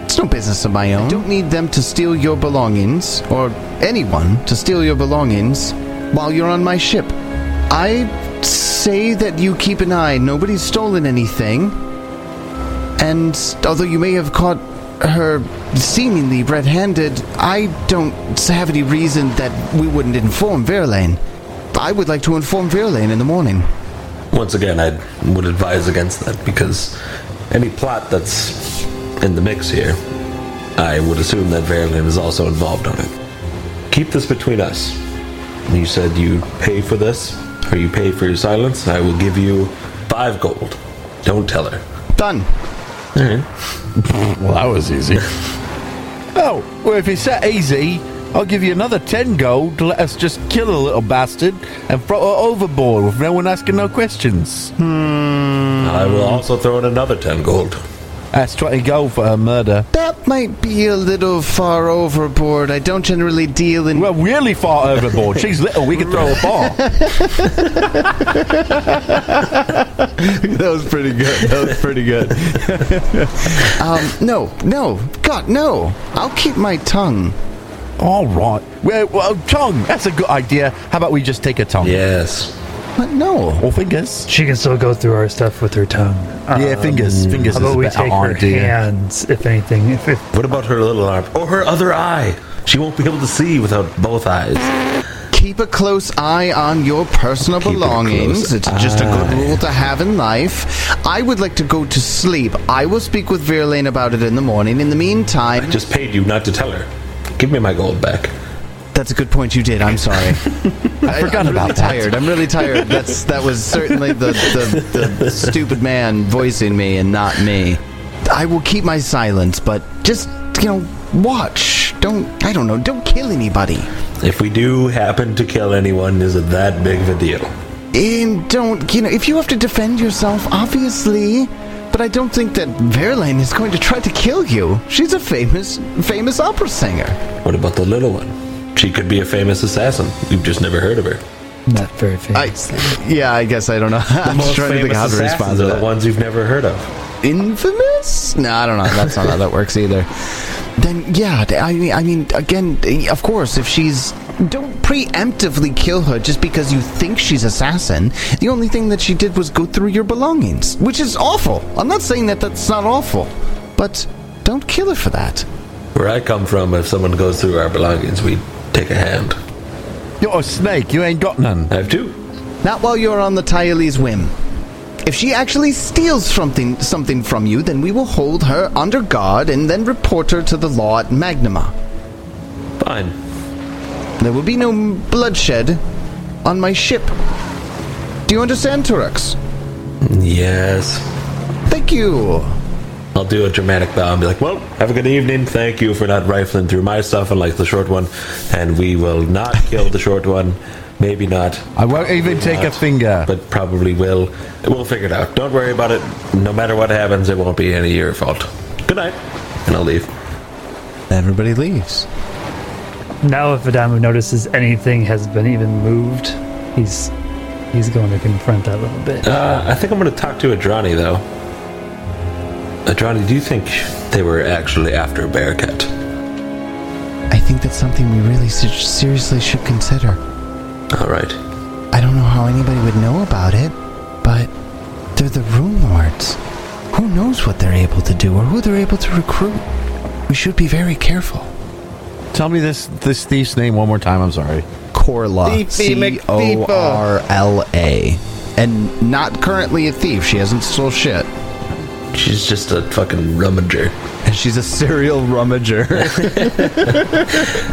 it's no business of my own. I don't need them to steal your belongings, or anyone to steal your belongings, while you're on my ship. I say that you keep an eye. Nobody's stolen anything. And although you may have caught her seemingly red handed, I don't have any reason that we wouldn't inform Verlaine. I would like to inform Verlaine in the morning.
Once again, I would advise against that because any plot that's in the mix here, I would assume that Verlin is also involved on it. Keep this between us. You said you pay for this, or you pay for your silence. I will give you five gold. Don't tell her.
Done.
Well, that was easy. oh, well, if it's that easy, I'll give you another 10 gold to let us just kill a little bastard and throw her overboard with no one asking no questions.
I will also throw in another ten gold.
That's 20 gold for her murder.
That might be a little far overboard. I don't generally deal in.
Well, really far overboard. She's little. We could throw a far.
that was pretty good. That was pretty good.
um, no, no, God, no. I'll keep my tongue.
All right. Well, well, tongue. That's a good idea. How about we just take a tongue?
Yes.
But no.
Or fingers.
She can still go through our stuff with her tongue.
Yeah, fingers. Fingers
Um, How
is a
about Uh, we
better
take her
idea.
hands, if anything? If, if
What about her little arm or her other eye? She won't be able to see without both eyes.
Keep a close eye on your personal
Keep a
belongings.
close
It's just a good rule to have in life. I would like to go to sleep. I will speak with Verlaine about it in the morning. In the meantime,
Just paid you not to tell her. Give me my gold back.
that's a good point you did. I'm sorry. I
forgot
am really
about that.
tired. I'm really tired. That's that was certainly the, the, the stupid man voicing me and not me. I will keep my silence, but just you know, watch. Don't I don't know. Don't kill anybody.
If we do happen to kill anyone, is it that big of a deal?
And don't you know if you have to defend yourself, obviously. But I don't think that Verlaine is going to try to kill you. She's a famous famous opera singer.
What about the little one? She could be a famous assassin. We've just never heard of her.
not very
I,
famous.
yeah, I guess I don't know. I'm just trying to think how to respond
assassins
to
are
that.
the ones you've never heard of.
infamous? No, I don't know. That's not how that works either. Then yeah, I mean, I mean, again, of course, if she's don't preemptively kill her just because you think she's assassin. The only thing that she did was go through your belongings, which is awful. I'm not saying that that's not awful, but don't kill her for that.
Where I come from, if someone goes through our belongings, we take a hand.
You're a snake. You ain't got none.
I have two.
Not while you're on the Tylee's whim. If she actually steals something something from you, then we will hold her under guard and then report her to the law at Magnima.
Fine.
There will be no m- bloodshed on my ship. Do you understand, Turex?
Yes.
Thank you.
I'll do a dramatic bow and be like, well, have a good evening. Thank you for not rifling through my stuff unlike the short one. And we will not kill the short one. Maybe not.
I won't even take a
not,
finger.
But probably will. We'll figure it out. Don't worry about it. No matter what happens, it won't be any of your fault. Good night. And I'll leave.
Everybody leaves.
now, if Adamu notices anything has been even moved, he's he's going to confront that a little bit.
Uh, I think I'm going to talk to Adrani, though. Adrani, do you think they were actually after Bearcat?
I think that's something we really se- seriously should consider.
All right.
I don't know how anybody would know about it, but the They're the Rune Lords. Who knows what they're able to do or who they're able to recruit? We should be very careful.
Tell me this this thief's name one more time. I'm sorry.
Corla.
Thiefy
C O R L A.
And not currently a thief. She hasn't stole shit.
She's just a fucking rummager.
And she's a serial rummager.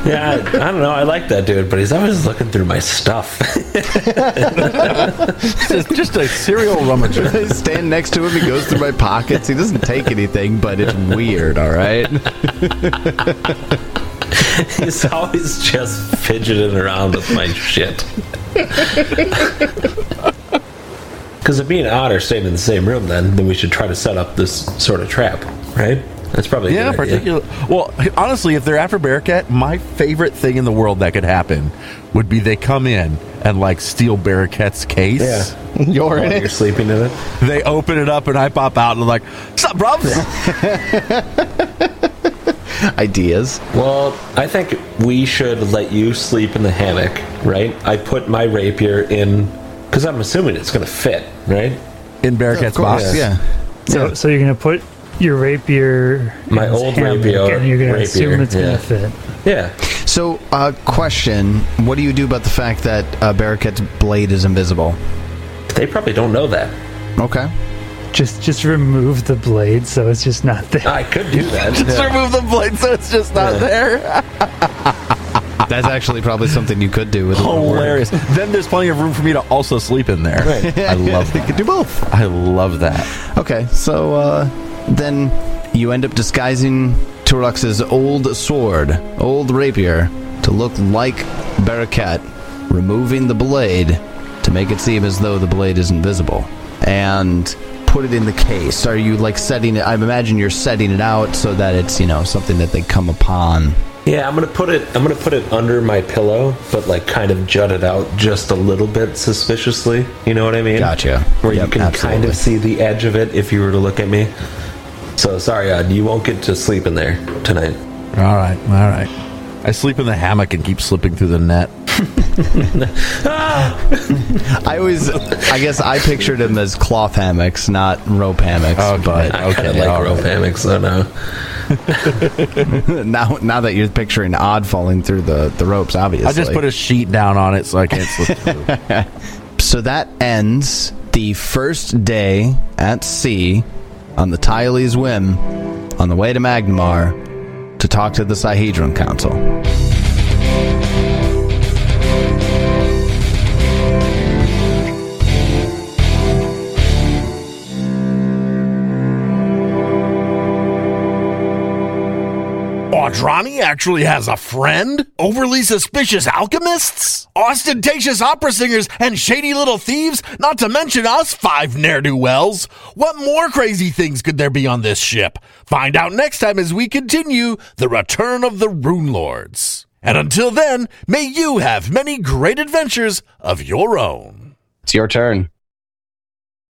Yeah, I, I don't know. I like that dude, but he's always looking through my stuff.
Just a serial rummager.
I stand next to him. He goes through my pockets. He doesn't take anything, but it's weird, all right?
he's always just fidgeting around with my shit. Because if me and Odd are staying in the same room, then then we should try to set up this sort of trap, right? That's probably a
Yeah,
good idea.
particular. Well, honestly, if they're after Bearcat, my favorite thing in the world that could happen would be they come in and like steal Bearcat's case.
Yeah.
You're
While
in
You're
it.
sleeping in it.
They open it up and I pop out and I'm like, "Sup, bros?"
Ideas.
Well, I think we should let you sleep in the hammock, right? I put my rapier in because I'm assuming it's going to fit, right?
in Bearcat's box.
yeah.
So, so you're gonna put your rapier, in
My
his
old
hammock,
rapier-
and you're gonna assume
rapier,
it's
yeah.
gonna fit.
Yeah.
So, uh, question What do you do about the fact that uh, Barricat's blade is invisible?
They probably don't know that.
Okay.
Just, just remove the blade, so it's just not there.
I could do that.
Just remove the blade so it's just not there.
That's actually probably something you could do with a little work.
Hilarious. then there's plenty of room for me to also sleep in there.
Right.
I love that.
could do both.
I love that.
Okay, so uh, then you end up disguising Turox's old sword, old rapier, to look like Barakat, removing the blade to make it seem as though the blade is invisible, and put it in the case. Are you like setting it? I imagine you're setting it out so that it's you know something that they come upon.
Yeah, I'm gonna put it. I'm gonna put it under my pillow, but like kind of jut it out just a little bit suspiciously. You know what I mean?
Gotcha.
Where
Yep,
you can kind
absolutely.
of see the edge of it if you were to look at me. So sorry, Odd. You won't get to sleep in there tonight.
All right. All right. I sleep in the hammock and keep slipping through the net.
I always, I guess, I pictured him as cloth hammocks, not rope hammocks. But
I kind of like
all
rope
right.
hammocks, so no.
now, now that you're picturing Odd falling through the, the ropes, obviously.
I just put a sheet down on it so I can't slip through.
So that ends the first day at sea on the Tylee's whim on the way to Magnemar to talk to the Sahedron Council.
Audrani actually has a friend? Overly suspicious alchemists? Ostentatious opera singers and shady little thieves? Not to mention us five ne'er-do-wells. What more crazy things could there be on this ship? Find out next time as we continue The Return of the Rune Lords. And until then, may you have many great adventures of your own.
It's your turn.